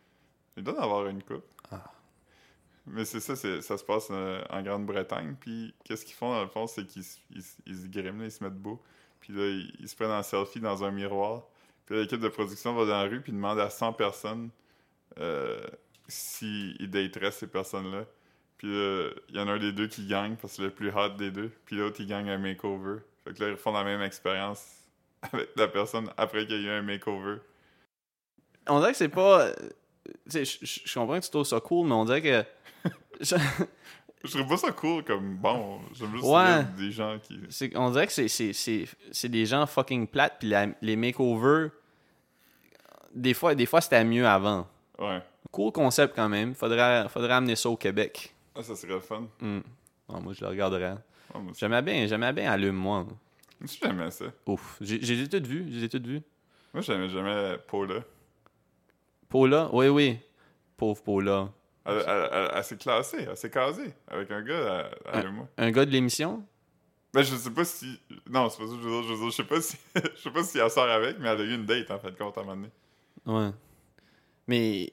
Speaker 1: il doit en avoir une coupe.
Speaker 2: Ah.
Speaker 1: Mais c'est ça, c'est- ça se passe euh, en Grande-Bretagne. Puis qu'est-ce qu'ils font dans le fond, c'est qu'ils s- ils s- ils se griment, là, ils se mettent beau. Puis là, ils, ils se prennent en selfie dans un miroir. Puis là, l'équipe de production va dans la rue puis demande à 100 personnes euh, s'ils dateraient ces personnes-là. Puis là, il y en a un des deux qui gagne parce que c'est le plus hot des deux. Puis l'autre, il gagne un makeover. Fait que là, ils font la même expérience [LAUGHS] avec la personne après qu'il y a eu un makeover.
Speaker 2: On dirait que c'est pas. euh, tu sais, Je je- je comprends que tu trouves ça cool, mais on dirait que. [LAUGHS] je-
Speaker 1: Je trouve pas ça cool comme bon. J'aime juste
Speaker 2: Ouais.
Speaker 1: lire des gens qui.
Speaker 2: c'est- on dirait que c'est- c'est- c'est c'est des gens fucking plates, puis la- les makeovers. Des fois, des fois c'était mieux avant.
Speaker 1: Ouais.
Speaker 2: Cool concept quand même. Faudrait, faudrait amener ça au Québec.
Speaker 1: Ah, ça serait le fun.
Speaker 2: Hmm. Ah, moi, je le regarderais.
Speaker 1: Ah, moi aussi,
Speaker 2: J'aimais bien, j'aimais bien Allume, moi.
Speaker 1: Moi aussi, j'aimais ça.
Speaker 2: Ouf. J'ai- Je les ai toutes vues. Je les ai toutes vues.
Speaker 1: Moi, j'aimais jamais Paula.
Speaker 2: Paula, oui, oui. Pauvre Paula.
Speaker 1: Elle, elle- elle- elle s'est classée, elle s'est casée avec un gars, elle, elle et moi.
Speaker 2: Un gars de l'émission?
Speaker 1: Ben, je sais pas si. Non, c'est pas ça que je veux dire. Je, veux dire, je sais pas si. [LAUGHS] je sais pas si elle sort avec, mais elle a eu une date, en fait, compte à un moment donné.
Speaker 2: Ouais. Mais.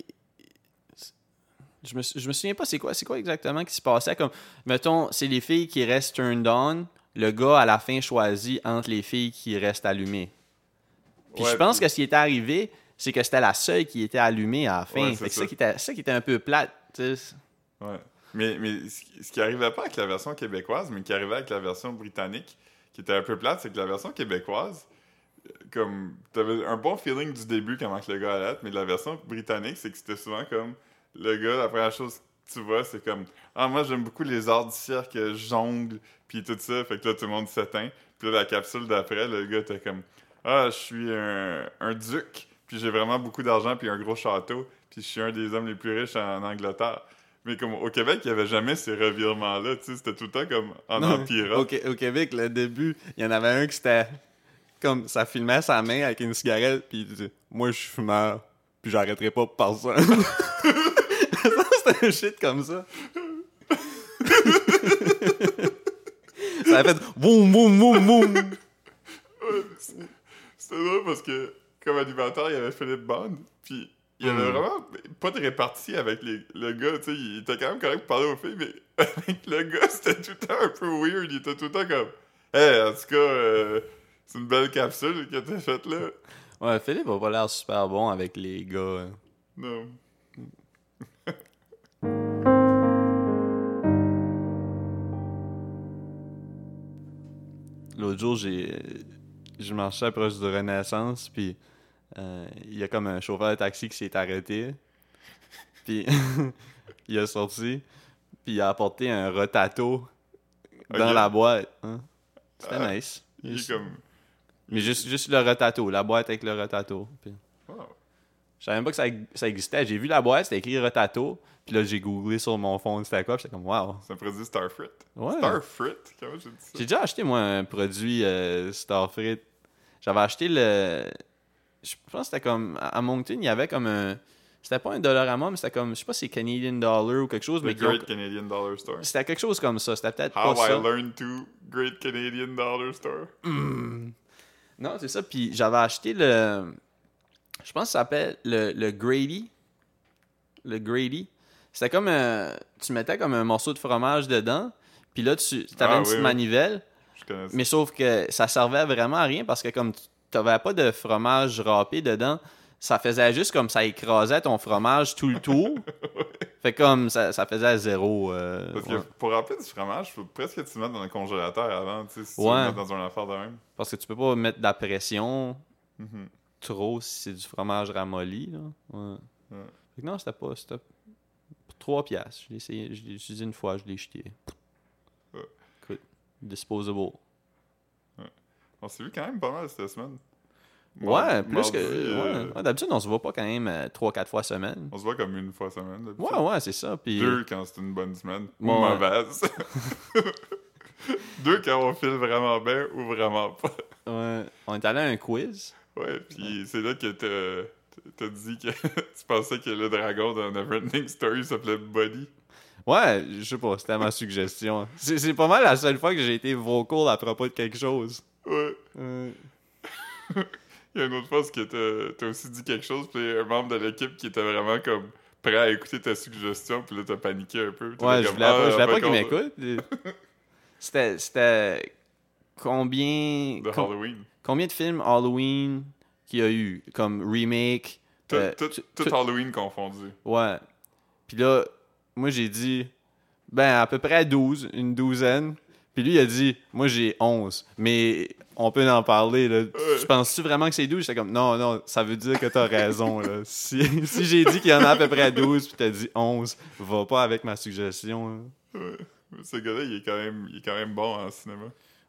Speaker 2: Je me, sou- je me souviens pas c'est quoi, c'est quoi exactement qui se passait. Comme, mettons, c'est les filles qui restent turned on. Le gars, à la fin, choisit entre les filles qui restent allumées. Puis
Speaker 1: Ouais,
Speaker 2: je pense que ce qui était arrivé, c'est que c'était la seule qui était allumée à la
Speaker 1: Ouais,
Speaker 2: fin.
Speaker 1: c'est
Speaker 2: Fait que ça.
Speaker 1: ça.
Speaker 2: qui était, ça qui était un peu plate. tu sais.
Speaker 1: Ouais. Mais, mais ce qui- ce qui arrivait pas avec la version québécoise, mais qui arrivait avec la version britannique, qui était un peu plate, c'est que la version québécoise, euh, comme, t'avais un bon feeling du début comment que le gars allait, être, mais la version britannique, c'est que c'était souvent comme, le gars, la première chose que tu vois, c'est comme, ah, moi, j'aime beaucoup les arts du cirque, euh, je jongle, puis tout ça, fait que là, tout le monde s'éteint, puis là, la capsule d'après, le gars, t'es comme, ah, je suis un, un duc, puis j'ai vraiment beaucoup d'argent, puis un gros château, puis je suis un des hommes les plus riches en Angleterre. Mais comme au Québec, il n'y avait jamais ces revirements-là, tu sais, c'était tout le temps comme en
Speaker 2: Non,
Speaker 1: empirant.
Speaker 2: Au, Qué- au Québec, le début, il y en avait un qui c'était comme ça filmait sa main avec une cigarette, puis il disait Moi, je suis fumeur, puis j'arrêterai pas par ça. [LAUGHS] C'était un shit comme ça. ça a fait boum, boum, boum, boum.
Speaker 1: C'était drôle parce que, comme animateur, il y avait Philippe Bond, puis il y avait
Speaker 2: Mm.
Speaker 1: vraiment pas de répartie avec les, le gars, tu sais, il était quand même correct pour parler aux filles, mais [LAUGHS] avec le gars, c'était tout le temps un peu weird, il était tout le temps comme « Hey, en tout cas, euh, c'est une belle capsule que t'as faite là.
Speaker 2: Ouais, Philippe a pas l'air super bon avec les gars. hein. »
Speaker 1: Non.
Speaker 2: L'autre jour, j'ai, je marchais proche de Renaissance, puis euh, il y a comme un chauffeur de taxi qui s'est arrêté. Puis [LAUGHS] il est sorti, puis il a apporté un rotato dans
Speaker 1: Ok.
Speaker 2: la boîte. hein. C'était
Speaker 1: Ah,
Speaker 2: nice.
Speaker 1: Il est
Speaker 2: Juste-
Speaker 1: comme
Speaker 2: Mais juste, juste le rotato, la boîte avec le rotato. Puis...
Speaker 1: Wow.
Speaker 2: Je savais même pas que ça, ça existait. J'ai vu la boîte, c'était écrit rotato, puis là j'ai googlé sur mon phone c'était quoi, puis j'étais comme wow.
Speaker 1: C'est un produit Starfrit.
Speaker 2: Ouais.
Speaker 1: Starfrit? Comment j'ai dit ça?
Speaker 2: Ah. J'ai déjà acheté, moi, un produit euh, Starfrit. J'avais acheté le. Je pense que c'était comme. À à Moncton, il y avait comme un. C'était pas un dollar à moi, mais c'était comme. Je sais pas si c'est Canadian Dollar ou quelque chose, mais
Speaker 1: The
Speaker 2: qui ont-
Speaker 1: Great Canadian Dollar Store.
Speaker 2: c'était quelque chose comme ça. C'était peut-être
Speaker 1: How
Speaker 2: pas
Speaker 1: I
Speaker 2: ça.
Speaker 1: learned to Great Canadian Dollar Store.
Speaker 2: Non, c'est ça. Puis j'avais acheté le. Je pense que ça s'appelle le, le Grady. Le Grady. C'était comme. un- Tu mettais comme un morceau de fromage dedans. Puis là, tu avais
Speaker 1: Ah,
Speaker 2: une
Speaker 1: oui,
Speaker 2: petite
Speaker 1: oui.
Speaker 2: manivelle.
Speaker 1: Je connais ça.
Speaker 2: Mais sauf que ça servait vraiment à rien parce que comme tu n'avais pas de fromage râpé dedans, ça faisait juste comme ça écrasait ton
Speaker 1: [LAUGHS]
Speaker 2: fromage tout le tour. Fait comme ça, ça faisait à zéro. euh, ouais.
Speaker 1: Parce
Speaker 2: parce,
Speaker 1: que pour remplir du fromage, faut presque que tu le mettes dans le congélateur avant, tu sais, si tu
Speaker 2: Ouais.
Speaker 1: veux le mettre dans un affaire de même.
Speaker 2: que tu peux pas mettre de la pression
Speaker 1: Mhm.
Speaker 2: trop si c'est du fromage ramolli. Là. Ouais.
Speaker 1: Ouais.
Speaker 2: Fait que non, c'était pas. C'était pour 3 piastres. Je l'ai essayé, je l'ai utilisé une fois, je l'ai jeté.
Speaker 1: Ouais.
Speaker 2: Écoute, disposable.
Speaker 1: On s'est vu quand même pas mal cette semaine.
Speaker 2: Ouais,
Speaker 1: Mardi,
Speaker 2: plus que.
Speaker 1: euh,
Speaker 2: ouais. Ouais, D'habitude, on se voit pas quand même 3-4 fois semaine.
Speaker 1: On se voit comme une fois semaine. d'habitude.
Speaker 2: Ouais, ouais, c'est ça. Puis...
Speaker 1: Deux quand c'est une bonne semaine. Ou
Speaker 2: Ouais.
Speaker 1: mauvaise. [LAUGHS] Deux quand on file vraiment bien ou vraiment pas.
Speaker 2: Ouais. On est allé à un quiz.
Speaker 1: Ouais, puis c'est là que t'as- t'as dit que [LAUGHS] tu pensais que le dragon dans Neverending Story s'appelait Buddy.
Speaker 2: Ouais, je sais pas, c'était ma suggestion. C'est c'est pas mal la seule fois que j'ai été vocal à propos de quelque chose.
Speaker 1: Ouais.
Speaker 2: Euh,
Speaker 1: Il y a une autre fois, c'est que t'as- t'as aussi dit quelque chose, puis un membre de l'équipe qui était vraiment comme prêt à écouter ta suggestion, puis là t'as paniqué un peu. T'étais
Speaker 2: ouais, je
Speaker 1: comme,
Speaker 2: voulais
Speaker 1: Ah, [LAUGHS]
Speaker 2: pas, je voulais
Speaker 1: par
Speaker 2: pas qu'il
Speaker 1: contre,
Speaker 2: m'écoute. C'était. C'était. combien
Speaker 1: de
Speaker 2: com-
Speaker 1: Halloween.
Speaker 2: combien de films Halloween qu'il y a eu comme remake
Speaker 1: Tout,
Speaker 2: euh,
Speaker 1: tout-
Speaker 2: tu-
Speaker 1: tout
Speaker 2: tu-
Speaker 1: Halloween confondu.
Speaker 2: Ouais. Puis là, moi j'ai dit, ben à peu près 12, une douzaine. Puis lui il a dit, moi j'ai 11. Mais on peut en parler. Là.
Speaker 1: Ouais.
Speaker 2: Tu penses-tu vraiment que c'est 12? J'étais comme, non, non, ça veut dire que t'as
Speaker 1: [LAUGHS]
Speaker 2: raison. Là. Si, si j'ai dit qu'il y en a à peu près 12, puis t'as dit 11, va pas avec ma suggestion. là.
Speaker 1: Ouais. Ce gars-là, il est quand même, il est quand même bon en cinéma.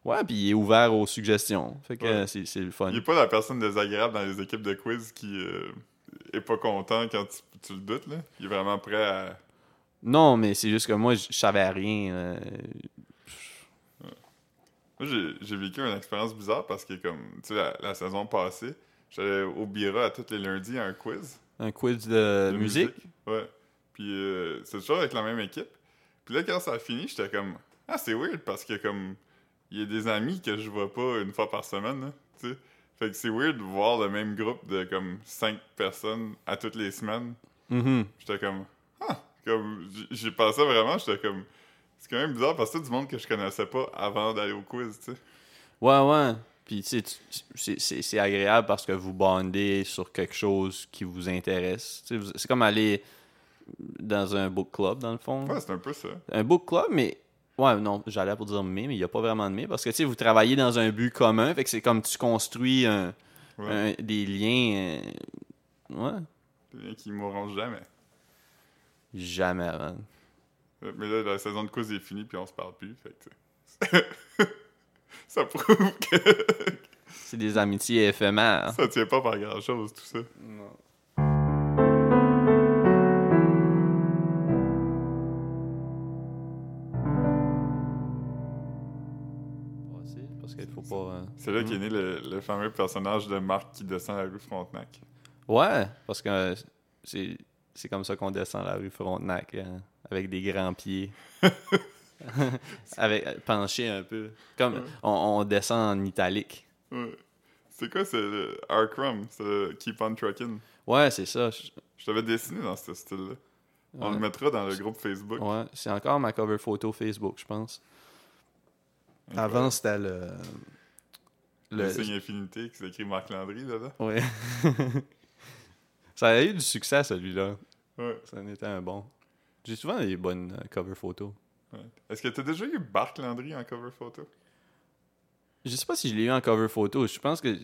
Speaker 2: Ouais, puis il est ouvert aux suggestions. Fait que
Speaker 1: Ouais.
Speaker 2: euh, c'est c'est le fun.
Speaker 1: Il est pas la personne désagréable dans les équipes de quiz qui euh, est pas content quand tu, tu le doutes. Là. Il est vraiment prêt à.
Speaker 2: Non, mais c'est juste que moi, je je savais rien. euh, là.
Speaker 1: Moi, j'ai- j'ai vécu une expérience bizarre parce que, comme, tu sais, la, la saison passée, j'allais au Bira à tous les lundis à un quiz.
Speaker 2: Un quiz de,
Speaker 1: de
Speaker 2: musique.
Speaker 1: Ouais. Puis euh, c'est toujours avec la même équipe. Puis là, quand ça a fini, j'étais comme Ah, c'est weird parce que, comme, il y a des amis que je vois pas une fois par semaine, là, tu sais. Fait que c'est weird de voir le même groupe de, comme, cinq personnes à toutes les semaines.
Speaker 2: Mhm.
Speaker 1: J'étais comme, ah, comme j- j'y pensais vraiment, j'étais comme, c'est quand même bizarre parce que c'est du monde que je connaissais pas avant d'aller au quiz, tu sais.
Speaker 2: Ouais, ouais. Puis, tu sais, tu- tu- c'est- c'est c'est agréable parce que vous bondez sur quelque chose qui vous intéresse. Tu sais, vous- C'est comme aller dans un book club, dans le fond.
Speaker 1: Ouais, c'est un peu ça.
Speaker 2: Un book club, mais. Ouais, non, j'allais pour dire mais, mais il n'y a pas vraiment de mais parce que, tu sais, vous travaillez dans un but commun. Fait que c'est comme tu construis un-
Speaker 1: Ouais.
Speaker 2: un- des liens. euh, Ouais.
Speaker 1: Des liens qui mourront jamais.
Speaker 2: Jamais avant.
Speaker 1: Euh, Mais là, la saison de quiz est finie puis on se parle plus, fait que, tu sais. [LAUGHS] ça prouve que
Speaker 2: C'est des amitiés éphémères.
Speaker 1: ça tient pas par grand chose, tout ça.
Speaker 2: Passer, Parce qu'il faut pas. euh,
Speaker 1: C'est là qu'est né le, le fameux personnage de Marc qui descend la rue Frontenac.
Speaker 2: Ouais, parce que euh, c'est c'est comme ça qu'on descend la rue Frontenac, euh, avec des grands pieds. avec euh, penché un peu. Comme on, on descend en italique.
Speaker 1: Ouais. C'est quoi, c'est le Arkrum, c'est le Keep on Truckin'.
Speaker 2: Ouais, c'est ça. je-
Speaker 1: Je t'avais dessiné dans ce style-là. On
Speaker 2: ouais.
Speaker 1: le mettra dans le groupe Facebook.
Speaker 2: Ouais, c'est encore ma cover photo Facebook, je pense. Avant, c'était le.
Speaker 1: Le signe infinité qui s'écrit Marc Landry là-dedans.
Speaker 2: Ouais. [LAUGHS] ça a eu du succès, celui-là.
Speaker 1: Ouais.
Speaker 2: Ça en était un bon. J'ai souvent des bonnes euh, cover photos.
Speaker 1: ouais. Est-ce que t'as déjà eu Marc Landry en cover photo?
Speaker 2: Je sais pas si je l'ai eu en cover photo. Je pense que.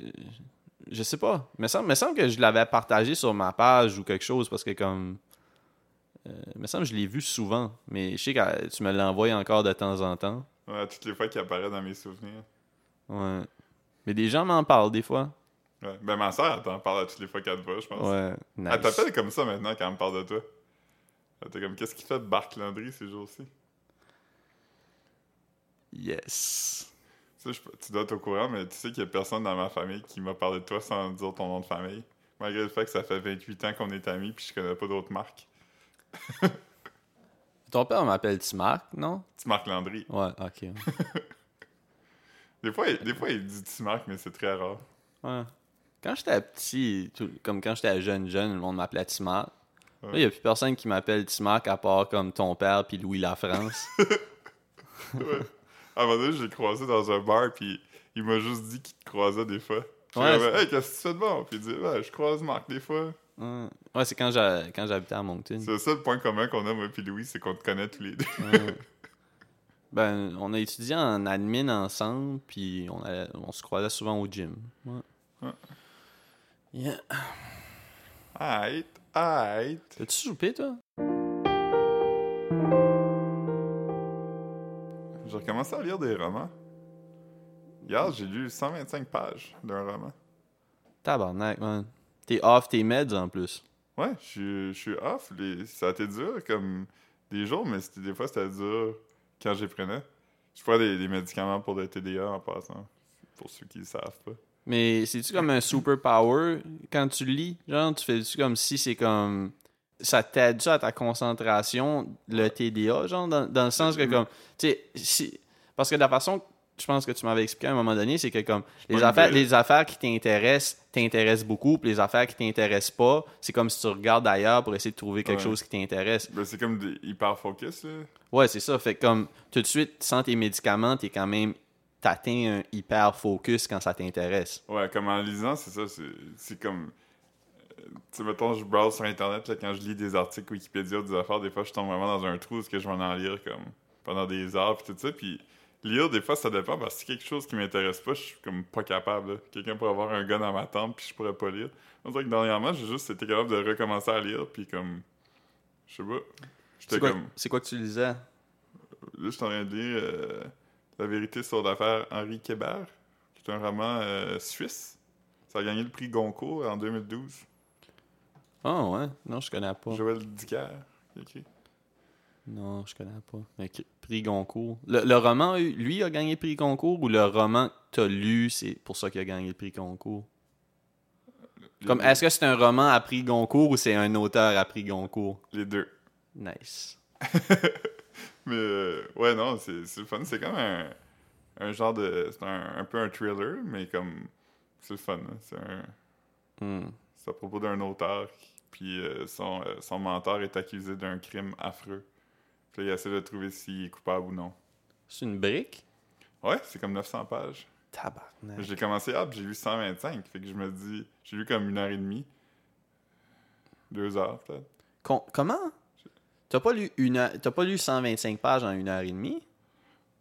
Speaker 2: Je sais pas. Mais semble, me semble que je l'avais partagé sur ma page ou quelque chose parce que, comme. Euh, me semble que je l'ai vu souvent. Mais je sais que euh, tu me l'envoies encore de temps en temps.
Speaker 1: Ouais, toutes les fois qu'il apparaît dans mes souvenirs.
Speaker 2: Ouais. Mais des gens m'en parlent des fois.
Speaker 1: Ouais. Ben ma soeur, elle t'en parle à toutes les fois qu'elle te voit, je pense.
Speaker 2: Ouais. Nice.
Speaker 1: Elle t'appelle comme ça maintenant quand elle me parle de toi. Elle t'est comme qu'est-ce qui fait Marc Landry ces jours-ci?
Speaker 2: Yes.
Speaker 1: Tu, sais, je- tu dois être au courant, mais tu sais qu'il y a personne dans ma famille qui m'a parlé de toi sans dire ton nom de famille. Malgré le fait que ça fait 28 ans qu'on est amis puis je connais pas d'autres marques.
Speaker 2: Ton père m'appelle Timarc, non?
Speaker 1: Petit Marc Landry.
Speaker 2: Ouais, ok. [LAUGHS]
Speaker 1: Des fois, il, des fois, il dit petit Marc, mais c'est très
Speaker 2: [LAUGHS]
Speaker 1: rare.
Speaker 2: Ouais. Quand j'étais petit, tout- comme quand j'étais jeune, jeune, le monde m'appelait Timarc. Là, il n'y a plus personne qui m'appelle Timarc à part comme ton père puis Louis Lafrance.
Speaker 1: Ouais. À un moment donné, je l'ai croisé dans un bar, puis il m'a juste dit qu'il te croisait des fois. Puis
Speaker 2: Ouais,
Speaker 1: il m'a dit, hey, qu'est-ce que tu fais de bon? Puis il dit, ouais, je croise Marc des fois.
Speaker 2: ouais, Mm. Ouais, c'est quand j'a- quand j'habitais à Moncton.
Speaker 1: C'est le seul point commun qu'on a, moi, puis Louis, c'est qu'on te connaît tous les deux. [LAUGHS]
Speaker 2: Ouais. ben, on a étudié en admin ensemble, puis on, allait- on se croisait souvent au gym. Ouais.
Speaker 1: Ouais.
Speaker 2: Yeah.
Speaker 1: Aïe, aïe.
Speaker 2: T'as-tu soupé, toi?
Speaker 1: J'ai recommencé à lire des romans. Hier, j'ai lu 125 pages d'un roman.
Speaker 2: Tabarnak, man. T'es off tes meds en plus.
Speaker 1: Ouais, je suis- je suis off. les- Ça a été dur, comme des jours, mais c'était- des fois, c'était dur quand j'y prenais. Je prends des, des médicaments pour le TDA en passant, pour ceux qui ne savent pas.
Speaker 2: Mais c'est-tu comme un superpower quand tu lis? Genre, tu fais-tu comme si c'est comme. Ça t'aide ça à ta concentration, le TDA, genre, dans, dans le sens que comme. Tu sais, si- parce que la façon que je pense que tu m'avais expliqué à un moment donné, c'est que comme. Les
Speaker 1: pas une
Speaker 2: affaires,
Speaker 1: idée.
Speaker 2: les affaires qui t'intéressent, t'intéressent beaucoup, puis les affaires qui t'intéressent pas, c'est comme si tu regardes ailleurs pour essayer de trouver quelque
Speaker 1: Ouais.
Speaker 2: chose qui t'intéresse.
Speaker 1: Ben, c'est comme des hyper focus, là.
Speaker 2: Ouais, c'est ça. Fait que comme, tout de suite, sans tes médicaments, t'es quand même t'atteins un hyper focus quand ça t'intéresse.
Speaker 1: Ouais, comme en lisant, c'est ça. c'est- C'est comme. euh, Tu sais, mettons, je browse sur Internet, là, quand je lis des articles Wikipédia ou des affaires, des fois, je tombe vraiment dans un trou parce que je vais en lire comme pendant des heures, puis tout ça. Puis lire, des fois, ça dépend parce que c'est quelque chose qui m'intéresse pas, je suis comme pas capable. là. Quelqu'un pourrait avoir un gars dans ma tente, puis je pourrais pas lire. On dirait que dernièrement, j'ai juste été capable de recommencer à lire, puis comme. Je sais pas.
Speaker 2: C'est
Speaker 1: J'étais
Speaker 2: quoi,
Speaker 1: comme.
Speaker 2: c'est quoi que tu lisais?
Speaker 1: Là, je suis en train de lire euh, La vérité sur l'affaire Henri Kébert, qui est un roman euh, suisse. Ça a gagné le prix Goncourt en 2012.
Speaker 2: Ah ouais? Non, je connais pas.
Speaker 1: Joël Dicker. qui a écrit.
Speaker 2: Non, je connais pas. Mais que- prix Goncourt. Le, le roman, euh, lui, a gagné le prix Goncourt ou le roman que t'as lu, c'est pour ça qu'il a gagné le prix Goncourt?
Speaker 1: Les,
Speaker 2: Comme,
Speaker 1: deux-
Speaker 2: est-ce que c'est un roman à prix Goncourt ou c'est un auteur à prix Goncourt?
Speaker 1: les deux.
Speaker 2: Nice.
Speaker 1: Mais euh, ouais, non, c'est c'est le fun. C'est comme un, un genre de. C'est un, un peu un thriller, mais comme. C'est le fun. hein. C'est un-
Speaker 2: Hmm.
Speaker 1: c'est à propos d'un auteur, qui- puis euh, son, euh, son mentor est accusé d'un crime affreux. Puis là, il essaie de trouver s'il est coupable ou non.
Speaker 2: C'est une brique?
Speaker 1: Ouais, c'est comme 900 pages.
Speaker 2: Tabarnak.
Speaker 1: J'ai commencé hop, j'ai lu 125. Fait que je me dis, j'ai lu comme une heure et demie. Deux heures, peut-être.
Speaker 2: Con- comment? T'as pas lu une heure- t'as pas lu 125 pages en une heure et demie?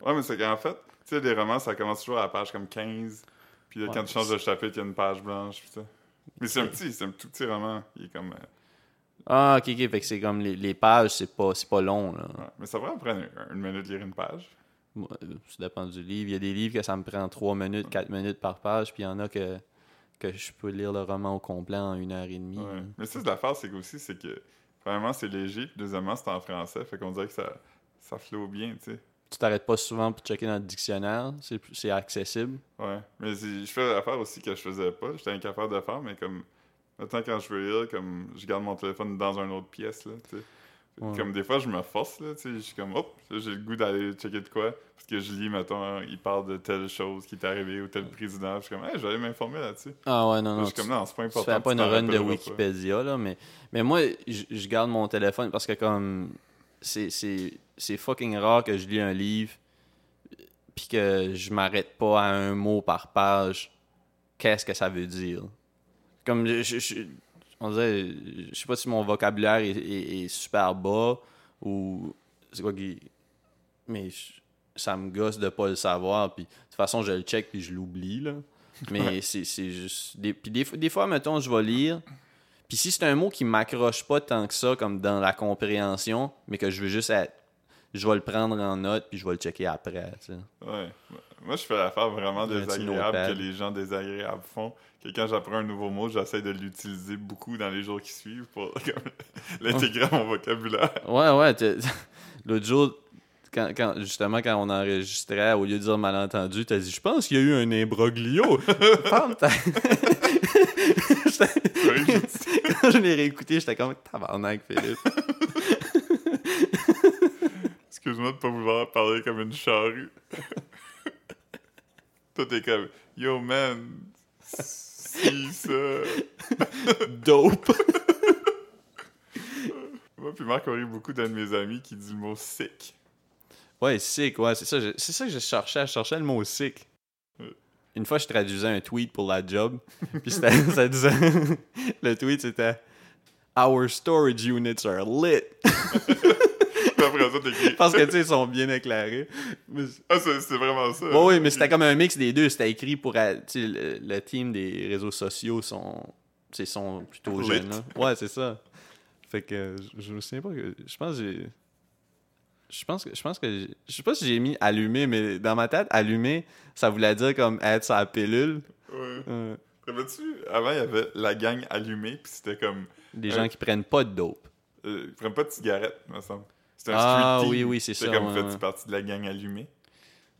Speaker 1: Ouais, mais c'est qu'en fait, tu sais, les romans, ça commence toujours à la page comme 15. Puis là,
Speaker 2: Ouais,
Speaker 1: quand tu changes de chapitre, il y a une page blanche. Puis ça. Mais c'est un petit, c'est un tout petit roman. Il est comme. euh,
Speaker 2: Ah, ok, ok. Fait que c'est comme les, les pages, c'est pas, c'est pas long, là.
Speaker 1: ouais. Mais ça pourrait me prendre une- une minute de lire une page.
Speaker 2: Moi, euh, ça dépend du livre. Il y a des livres que ça me prend 3 minutes, 4 minutes par page, puis il y en a que, que je peux lire le roman au complet en une heure et demie.
Speaker 1: Ouais. Mais ça, c'est l'affaire, c'est qu'aussi, c'est que, premièrement, c'est léger. Puis deuxièmement, c'est en français. Fait qu'on dirait que ça, ça flot bien, tu sais.
Speaker 2: Tu t'arrêtes pas souvent pour checker dans le dictionnaire, c'est plus- c'est accessible.
Speaker 1: Ouais, mais c'est- je fais l'affaire aussi que je faisais pas, j'étais incapable de faire, mais comme maintenant quand je veux lire, comme je garde mon téléphone dans une autre pièce, là, tu sais.
Speaker 2: Ouais.
Speaker 1: Comme des fois, je me force, là, tu sais, je suis comme, hop, là, j'ai le goût d'aller checker de quoi, parce que je lis, mettons, hein, il parle de telle chose qui est arrivée ou tel président, je suis comme, hey, je vais aller m'informer là-dessus.
Speaker 2: Ah ouais,
Speaker 1: Là,
Speaker 2: non, non.
Speaker 1: Je suis
Speaker 2: tu-
Speaker 1: comme, non, c'est pas
Speaker 2: Tu
Speaker 1: important.
Speaker 2: fais pas une
Speaker 1: t'en
Speaker 2: run de
Speaker 1: rappelleras pas.
Speaker 2: Wikipédia, là, mais, mais moi, je je garde mon téléphone parce que comme c'est- c'est c'est fucking rare que je lis un livre puis que je m'arrête pas à un mot par page. Qu'est-ce que ça veut dire? Comme je, je- je- on dirait, je sais pas si mon vocabulaire est, est- est super bas ou c'est quoi qui. Mais je- ça me gosse de pas le savoir. Puis de toute façon, je le check puis je l'oublie, là. Mais c'est c'est juste. Des, puis des, fois- des fois, mettons, je vais lire. Puis si c'est un mot qui m'accroche pas tant que ça, comme dans la compréhension, mais que je veux juste être. Je vais le prendre en note puis je vais le checker après. tu sais.
Speaker 1: Ouais. Moi, je fais l'affaire vraiment
Speaker 2: Un petit
Speaker 1: désagréable que
Speaker 2: notepad.
Speaker 1: les gens désagréables font. Que quand j'apprends un nouveau mot, j'essaie de l'utiliser beaucoup dans les jours qui suivent pour [LAUGHS] comme, l'intégrer à mon vocabulaire.
Speaker 2: Ouais, ouais. t'es- [LAUGHS] L'autre jour, quand, quand- justement, quand on enregistrait, au lieu de dire malentendu, t'as dit Je pense qu'il y a eu un imbroglio. [LAUGHS] Ferme ta- J'étais-
Speaker 1: C'est vrai que j'ai dit ça.
Speaker 2: [LAUGHS] quand je l'ai réécouté, j'étais comme Tabarnak, Philippe.
Speaker 1: Excuse-moi de pas vouloir parler comme une charrue. [LAUGHS] Toi, t'es comme Yo man, si ça.
Speaker 2: Dope.
Speaker 1: Moi, puis Marc, on rit beaucoup d'un de mes amis qui dit le mot sick.
Speaker 2: Ouais, sick, ouais, c'est ça. je- C'est ça que je cherchais. Je cherchais le mot sick. Une fois, je traduisais un tweet pour la job. Puis c'était- ça disait. [LAUGHS] le tweet, c'était Our storage units are lit.
Speaker 1: Puis après ça, t'écris. [LAUGHS]
Speaker 2: Parce que, tu sais, ils sont bien éclairés. Mais-
Speaker 1: Ah, c'est c'est vraiment ça.
Speaker 2: Ouais, oui, mais c'était comme un mix des deux. C'était écrit pour. euh, tu sais, Le, le team des réseaux sociaux sont, tu sais, sont plutôt
Speaker 1: Lit.
Speaker 2: jeunes. là. Ouais, c'est ça. Fait que euh, je- je me souviens pas que. Je pense que j'ai. Je pense que je pense que j'ai- je sais pas si j'ai mis allumé mais dans ma tête allumé ça voulait dire comme être sa pilule
Speaker 1: Ouais.
Speaker 2: Euh,
Speaker 1: Te rappelles-tu, avant, il y avait la gang allumée, puis c'était comme.
Speaker 2: des
Speaker 1: Euh,
Speaker 2: gens qui prennent pas de dope.
Speaker 1: Euh, ils prennent pas de cigarette, me semble. C'est un
Speaker 2: Ah,
Speaker 1: street
Speaker 2: oui,
Speaker 1: team.
Speaker 2: oui, c'est ça,
Speaker 1: comme
Speaker 2: ouais,
Speaker 1: fais-tu
Speaker 2: ouais.
Speaker 1: partie de la gang allumée.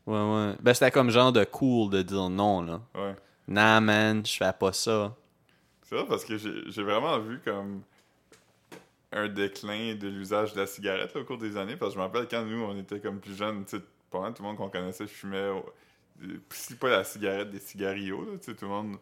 Speaker 2: Ouais ouais. Ben c'était comme genre de cool de dire non là.
Speaker 1: Ouais.
Speaker 2: Nah man, je fais pas ça.
Speaker 1: C'est vrai parce que j'ai j'ai vraiment vu comme un déclin de l'usage de la cigarette là, au cours des années. Parce que je me rappelle quand nous, on était comme plus jeunes, tu sais, pas mal tout le monde qu'on connaissait fumait, au- euh, si pas la cigarette, des cigarillos, là, tu sais, tout le monde,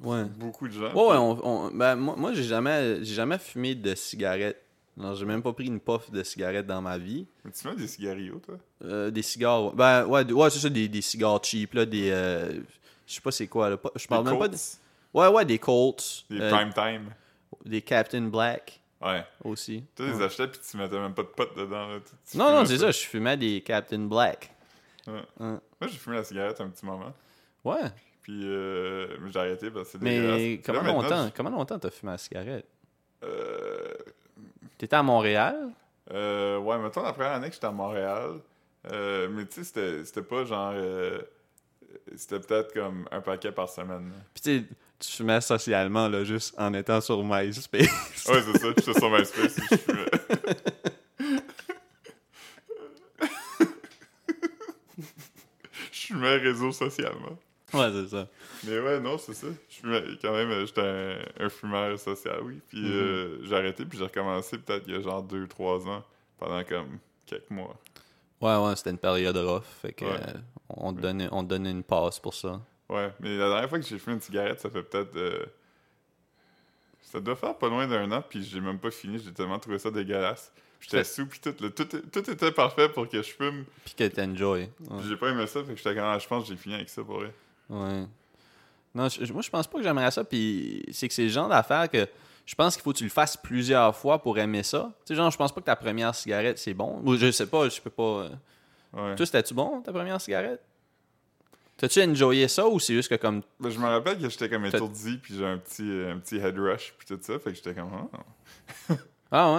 Speaker 2: Ouais.
Speaker 1: beaucoup de gens.
Speaker 2: Ouais, ouais, on- on- ben, moi, moi j'ai jamais, j'ai jamais fumé de cigarette Non, j'ai même pas pris une puff de cigarette dans ma vie.
Speaker 1: Mais tu fumes des cigarillos, toi?
Speaker 2: Euh, des cigares, ouais. ben ouais, de- ouais c'est ça, des, des cigares cheap, là, des. euh, je sais pas c'est quoi, là. pas- Je parle
Speaker 1: Des
Speaker 2: même pas de.
Speaker 1: Colts,
Speaker 2: Ouais, ouais, des Colts,
Speaker 1: Des
Speaker 2: euh,
Speaker 1: prime time.
Speaker 2: des Captain Black
Speaker 1: Ouais.
Speaker 2: aussi.
Speaker 1: Toi, tu les achetais puis tu mettais même pas de potes dedans. là. Tu- tu
Speaker 2: Non, non,
Speaker 1: fumais
Speaker 2: c'est ça, je fumais des Captain Black.
Speaker 1: Ouais.
Speaker 2: Hein.
Speaker 1: Moi, j'ai fumé la cigarette un petit moment.
Speaker 2: Ouais,
Speaker 1: Puis euh, mais j'ai arrêté parce que c'est
Speaker 2: mais
Speaker 1: dégueulasse.
Speaker 2: comment
Speaker 1: Là, maintenant,
Speaker 2: longtemps, comment longtemps t'as fumé la cigarette?
Speaker 1: je- euh,
Speaker 2: T'étais à Montréal?
Speaker 1: euh, ouais, mettons la première année que j'étais à Montréal. euh, mais tu sais, c'était- c'était pas genre. euh, c'était peut-être comme un paquet par semaine. là.
Speaker 2: Puis tu sais, tu fumais socialement, là, juste en étant sur MySpace.
Speaker 1: Ouais, c'est ça. J'étais sur MySpace et je fumais. [LAUGHS] Je fumais réseau socialement.
Speaker 2: [LAUGHS] ouais, c'est ça.
Speaker 1: Mais ouais, non, c'est ça. Je fumais quand même, euh, j'étais un, un fumeur social, oui. Puis
Speaker 2: Mhm.
Speaker 1: euh, j'ai arrêté, puis j'ai recommencé peut-être il y a genre 2-3 ans, pendant comme quelques mois.
Speaker 2: Ouais, ouais, c'était une période rough, fait que
Speaker 1: Ouais.
Speaker 2: euh, on, te donnait, on te donnait une passe pour ça.
Speaker 1: Ouais, mais la dernière fois que j'ai fumé une cigarette, ça fait peut-être. euh, Ça doit faire pas loin d'un an, puis j'ai même pas fini, j'ai tellement trouvé ça dégueulasse. J'étais sous, puis tout, le- tout, tout était parfait pour que je fume.
Speaker 2: Puis que t'enjoy. Ouais.
Speaker 1: Puis J'ai pas aimé ça, fait que j'étais quand même, je pense que j'ai fini avec ça pour vrai.
Speaker 2: Ouais. Non, je- moi, je pense pas que j'aimerais ça. Puis c'est que c'est le genre d'affaire que je pense qu'il faut que tu le fasses plusieurs fois pour aimer ça. Tu sais, genre, je pense pas que ta première cigarette, c'est bon. Ou je sais pas, je peux pas. euh.
Speaker 1: Ouais.
Speaker 2: Toi, c'était-tu bon, ta première cigarette? T'as-tu enjoyé ça ou c'est juste que comme.
Speaker 1: Ben, je me rappelle que j'étais comme
Speaker 2: T'as-
Speaker 1: étourdi, puis j'ai un petit, un petit head rush, puis tout ça, fait que j'étais comme. Ah.
Speaker 2: Ah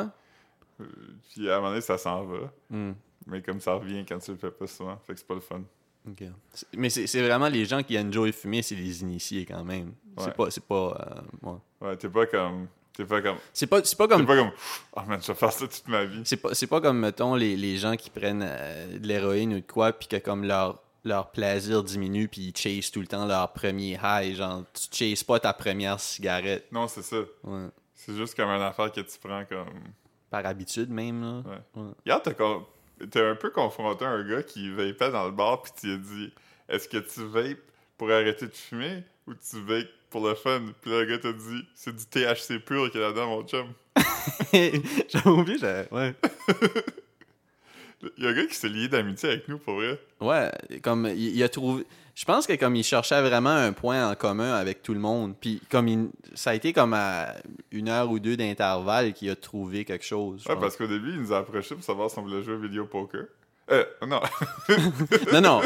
Speaker 2: ouais?
Speaker 1: Puis à un moment donné, ça s'en va.
Speaker 2: Hmm.
Speaker 1: Mais comme ça revient quand tu le fais pas souvent, fait que c'est pas le fun.
Speaker 2: Ok. C'est- Mais c'est c'est vraiment les gens qui enjoy fumer, c'est les initiés quand même.
Speaker 1: Ouais.
Speaker 2: C'est pas. C'est pas. euh, ouais.
Speaker 1: Ouais, t'es pas comme. T'es pas comme.
Speaker 2: C'est pas, c'est pas
Speaker 1: T'es
Speaker 2: comme.
Speaker 1: pas comme. Oh man, je vais faire ça toute ma vie.
Speaker 2: C'est pas, c'est pas comme, mettons, les, les gens qui prennent euh, de l'héroïne ou de quoi, puis que comme leur, leur plaisir diminue, puis ils chasent tout le temps leur premier high. Genre, tu chases pas ta première cigarette.
Speaker 1: Non, c'est ça.
Speaker 2: Ouais.
Speaker 1: C'est juste comme une affaire que tu prends comme.
Speaker 2: Par habitude, même. Là.
Speaker 1: Hier, t'as con- t'as un peu confronté un gars qui vapait dans le bar, puis tu lui as dit Est-ce que tu vapes pour arrêter de fumer ou tu vapes pour le fun Puis là, le gars t'a dit C'est du THC pur qu'il y a là-dedans, mon chum.
Speaker 2: [LAUGHS] J'avais oublié, j'avais- Ouais.
Speaker 1: Il y a un gars qui s'est lié d'amitié avec nous pour vrai.
Speaker 2: Ouais, comme il, il a trouvé. Je pense que comme il cherchait vraiment un point en commun avec tout le monde, puis comme il- ça a été comme à une heure ou deux d'intervalle qu'il a trouvé quelque chose. je
Speaker 1: Ouais,
Speaker 2: pense.
Speaker 1: parce qu'au début, il nous a approchés pour savoir si on voulait jouer au vidéo poker. Euh, non. [LAUGHS]
Speaker 2: Non, [LAUGHS] non,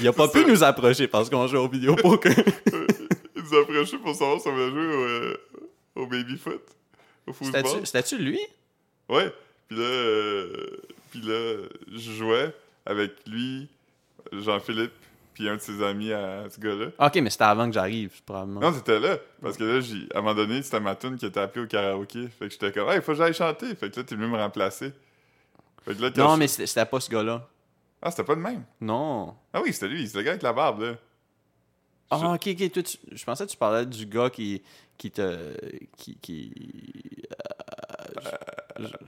Speaker 2: il a pas
Speaker 1: C'est
Speaker 2: pu
Speaker 1: ça.
Speaker 2: nous approcher parce qu'on joue aux vidéos poker.
Speaker 1: Il nous a approché pour savoir si on voulait jouer au, euh, au baby-foot, au football.
Speaker 2: C'était-tu- C'était-tu lui?
Speaker 1: Ouais. Puis là, euh, puis là, je jouais avec lui, Jean-Philippe, puis un de ses amis à ce gars-là.
Speaker 2: Ah, Ok, mais c'était avant que j'arrive, probablement.
Speaker 1: Non, c'était là. Parce que là, j'ai- à un moment donné, c'était ma tune qui était appelée au karaoké. Fait que j'étais comme, hey, faut que j'aille chanter. Fait que là, t'es venu me remplacer. Fait que là, quand
Speaker 2: Non,
Speaker 1: je-
Speaker 2: mais c'était c'était pas ce gars-là.
Speaker 1: Ah, c'était pas le même.
Speaker 2: Non.
Speaker 1: Ah oui, c'était lui. C'est le gars avec la barbe, là.
Speaker 2: Ah, ok, ok. toi, tu- je pensais que tu parlais du gars qui, qui te. qui. qui- euh, je- je-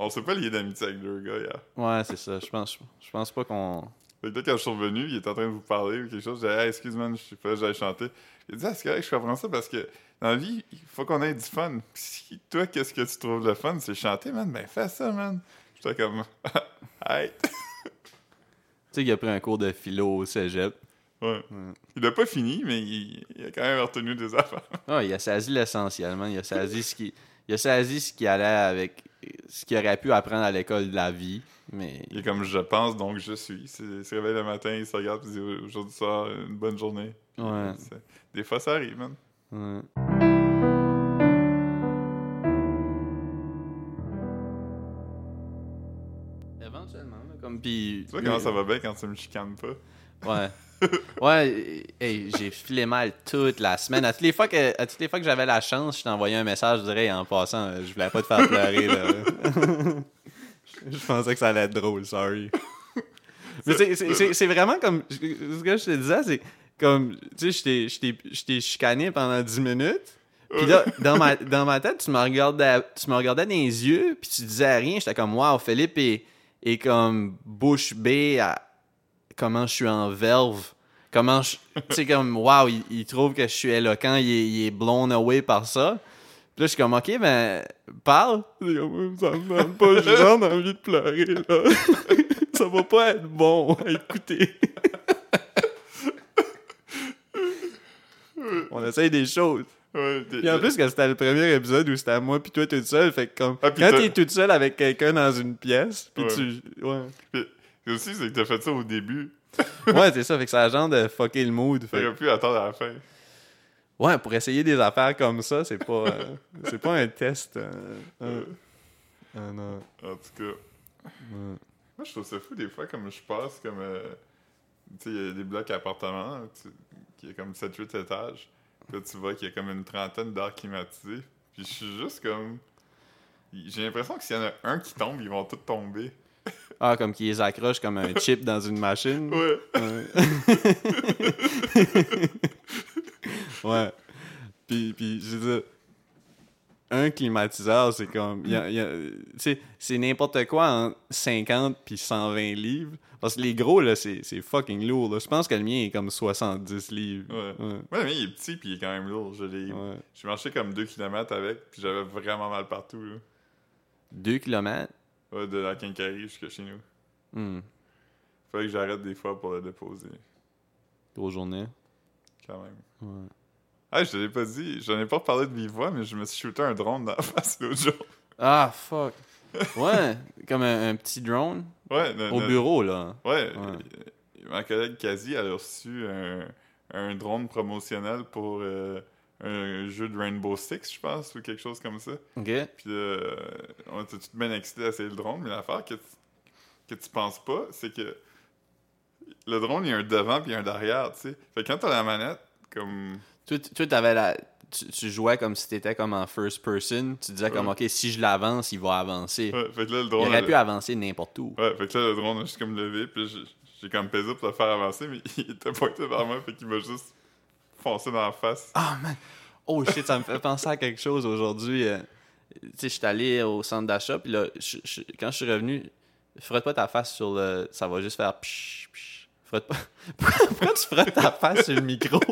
Speaker 1: On s'est pas lié d'amitié avec deux gars hier.
Speaker 2: Ouais, c'est ça. Je pense, je pense pas qu'on.
Speaker 1: Fait que là, quand je suis revenu, il était en train de vous parler ou quelque chose. J'ai dit, hey, excuse-moi, je fallait que j'aille chanter. Il dit, ah, c'est correct, je comprends ça parce que dans la vie, il faut qu'on ait du fun. Puis si toi, qu'est-ce que tu trouves le fun? C'est chanter, man. Ben, fais ça, man. J'étais comme, [LAUGHS] hey.
Speaker 2: Tu sais qu'il a pris un cours de philo au cégep.
Speaker 1: Ouais.
Speaker 2: Mm.
Speaker 1: Il a pas fini, mais il, il a quand même retenu des affaires.
Speaker 2: Ah, il a saisi l'essentiel, man. Il a saisi ce qui. Il a saisi ce qui allait avec. ce qu'il aurait pu apprendre à l'école de la vie. Mais.
Speaker 1: Il est comme, je pense, donc je suis. C'est- Il se réveille le matin, il se regarde, puis il dit, aujourd'hui soir, une bonne journée.
Speaker 2: Ouais.
Speaker 1: C'est- Des fois, ça arrive, man.
Speaker 2: ouais. Éventuellement, là, comme. Puis.
Speaker 1: Tu vois comment ça va bien quand tu me chicanes pas?
Speaker 2: Ouais. Ouais, hey, j'ai filé mal toute la semaine. À toutes les fois que, à toutes les fois que j'avais la chance, je t'envoyais un message, je dirais, Hey, en passant, euh, je voulais pas te faire pleurer. Là. je pensais que ça allait être drôle, sorry. Mais c'est- c'est c'est- c'est vraiment comme. Ce que je te disais, c'est comme. Tu sais, je t'ai- je t'ai- je t'ai chicané pendant 10 minutes. Puis là, dans ma, dans ma tête, tu me regardais, tu me regardais dans les yeux, puis tu disais rien. J'étais comme, wow, Philippe est, est comme bouche bée à comment je suis en verve. Comment je. Tu sais, comme, wow, il, il trouve que je suis éloquent, il est, il est blown away par ça. Puis là, je suis comme, OK, ben, parle.
Speaker 3: Il est comme, Ça me tente pas, j'ai vraiment envie de pleurer, là. Ça va pas être bon à écouter.
Speaker 2: On essaye des choses.
Speaker 1: Ouais, t'es-
Speaker 2: Puis en plus, que c'était le premier épisode où c'était à moi, puis toi, toute seule. Fait que comme,
Speaker 1: Ah, puis
Speaker 2: quand
Speaker 1: t'as-
Speaker 2: t'es toute seule avec quelqu'un dans une pièce, puis
Speaker 1: Ouais.
Speaker 2: tu. Ouais.
Speaker 1: Et aussi, c'est que t'as fait ça au début.
Speaker 2: ouais, c'est ça. Fait que ça a genre de fucker le mood. Fait que-
Speaker 1: T'aurais pu attendre à la fin.
Speaker 2: Ouais, pour essayer des affaires comme ça, c'est
Speaker 1: [LAUGHS]
Speaker 2: pas, euh, c'est pas un test. euh, euh, euh, non.
Speaker 1: En tout cas.
Speaker 2: Ouais.
Speaker 1: Moi, je trouve ça fou des fois, comme je passe, comme. euh, tu sais, il y a des blocs appartements, hein, tu- qui est comme 7-8 étages. Puis là, tu vois qu'il y a comme une trentaine d'air climatisés. Puis je suis juste comme. J'ai l'impression que s'il y en a un qui tombe, ils vont tous tomber.
Speaker 2: Ah, comme qu'ils les accrochent comme un chip dans une machine.
Speaker 1: Ouais. [LAUGHS]
Speaker 2: Ouais. ouais. Puis, puis je veux dire, un climatiseur, c'est comme. il y a- il y a- tu sais, c'est n'importe quoi en 50 puis 120 livres. Parce que les gros, là, c'est c'est fucking lourd. là. Je pense que le mien est comme 70 livres.
Speaker 1: Ouais.
Speaker 2: Ouais.
Speaker 1: Ouais, mais il est petit, puis il est quand même lourd. Je l'ai.
Speaker 2: Ouais.
Speaker 1: J'ai marché comme 2 km avec, puis j'avais vraiment mal partout, là.
Speaker 2: Deux kilomètres.
Speaker 1: Ouais, de la quincaillerie jusqu'à chez nous.
Speaker 2: Hmm.
Speaker 1: Fallait que j'arrête des fois pour le déposer,
Speaker 2: Grosse journée.
Speaker 1: quand même.
Speaker 2: Ouais.
Speaker 1: Ah, je te l'ai pas dit, j'en ai pas parlé de vive voix, mais je me suis shooté un drone dans la [LAUGHS] face l'autre jour.
Speaker 2: Ah, fuck. [LAUGHS] Ouais, comme un, un petit drone.
Speaker 1: Ouais, no-
Speaker 2: Au
Speaker 1: no-
Speaker 2: bureau, là.
Speaker 1: Ouais,
Speaker 2: Ouais.
Speaker 1: euh, ma collègue Kazi, elle a reçu un, un drone promotionnel pour euh, un jeu de Rainbow Six, je pense, ou quelque chose comme ça.
Speaker 2: OK?
Speaker 1: Puis euh, on était tout de bien excités à essayer le drone, mais l'affaire que tu, que tu penses pas, c'est que le drone, il y a un devant puis il y a un derrière, tu sais. Fait que quand t'as la manette, comme...
Speaker 2: Toi, t- toi, t'avais la... Tu, tu jouais comme si t'étais comme en first person. Tu disais comme,
Speaker 1: Ouais.
Speaker 2: OK, si je l'avance, il va avancer.
Speaker 1: Ouais, fait que là, le
Speaker 2: Il
Speaker 1: drone...
Speaker 2: aurait
Speaker 1: elle-
Speaker 2: pu avancer n'importe où.
Speaker 1: Ouais, fait que là, le drone a juste comme levé, puis j'ai- j'ai comme pesé pour le faire avancer, mais [LAUGHS] il était pointé vers moi, fait qu'il m'a juste foncé dans la face.
Speaker 2: Ah, man! Oh, shit, ça me fait penser à quelque chose aujourd'hui. euh, tu sais, je suis allé au centre d'achat, puis là, je- je- quand je suis revenu, frotte pas ta face sur le... Ça va juste faire... psh, psh. Frotte pas... [LAUGHS] Pourquoi, pourquoi tu frottes ta face sur le micro? [LAUGHS]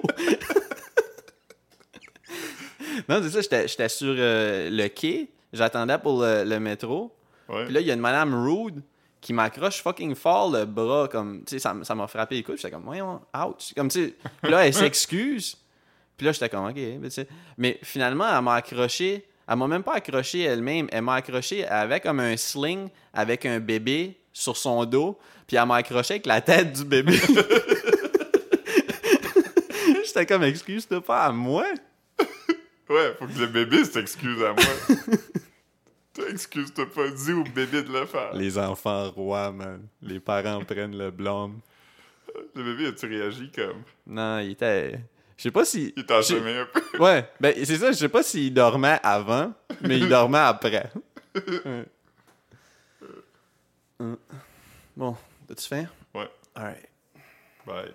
Speaker 2: non, c'est ça, j'étais- j'étais sur euh, le quai, j'attendais pour le- le métro,
Speaker 1: Ouais.
Speaker 2: Puis là, il y a une madame rude qui m'accroche fucking fort le bras, comme, tu sais, ça m- ça m'a frappé les couilles. puis J'étais comme, voyons, ouch. Comme, tu sais, puis là, elle s'excuse. Puis là, j'étais comme, ok, ben, tu sais. Mais finalement, elle m'a accroché. Elle m'a même pas accroché elle-même. Elle m'a accroché avec comme un sling, avec un bébé sur son dos. Puis elle m'a accroché avec la tête du bébé. [LAUGHS] j'étais comme, excuse-toi pas à moi.
Speaker 1: Ouais, faut que le bébé s'excuse à moi.
Speaker 2: [LAUGHS]
Speaker 1: T'excuses, t'as pas dit au bébé de le faire.
Speaker 3: Les enfants rois, man. Les parents prennent le blâme.
Speaker 1: Le bébé, tu réagis comme.
Speaker 2: Non, il était. Je sais pas si.
Speaker 1: Il t'a
Speaker 2: je-
Speaker 1: semé un peu. [LAUGHS]
Speaker 2: Ouais, ben c'est ça, je sais pas s'il dormait avant, mais il dormait après. Ouais. Euh. Bon, as-tu faim?
Speaker 1: Ouais.
Speaker 2: Alright.
Speaker 1: Bye.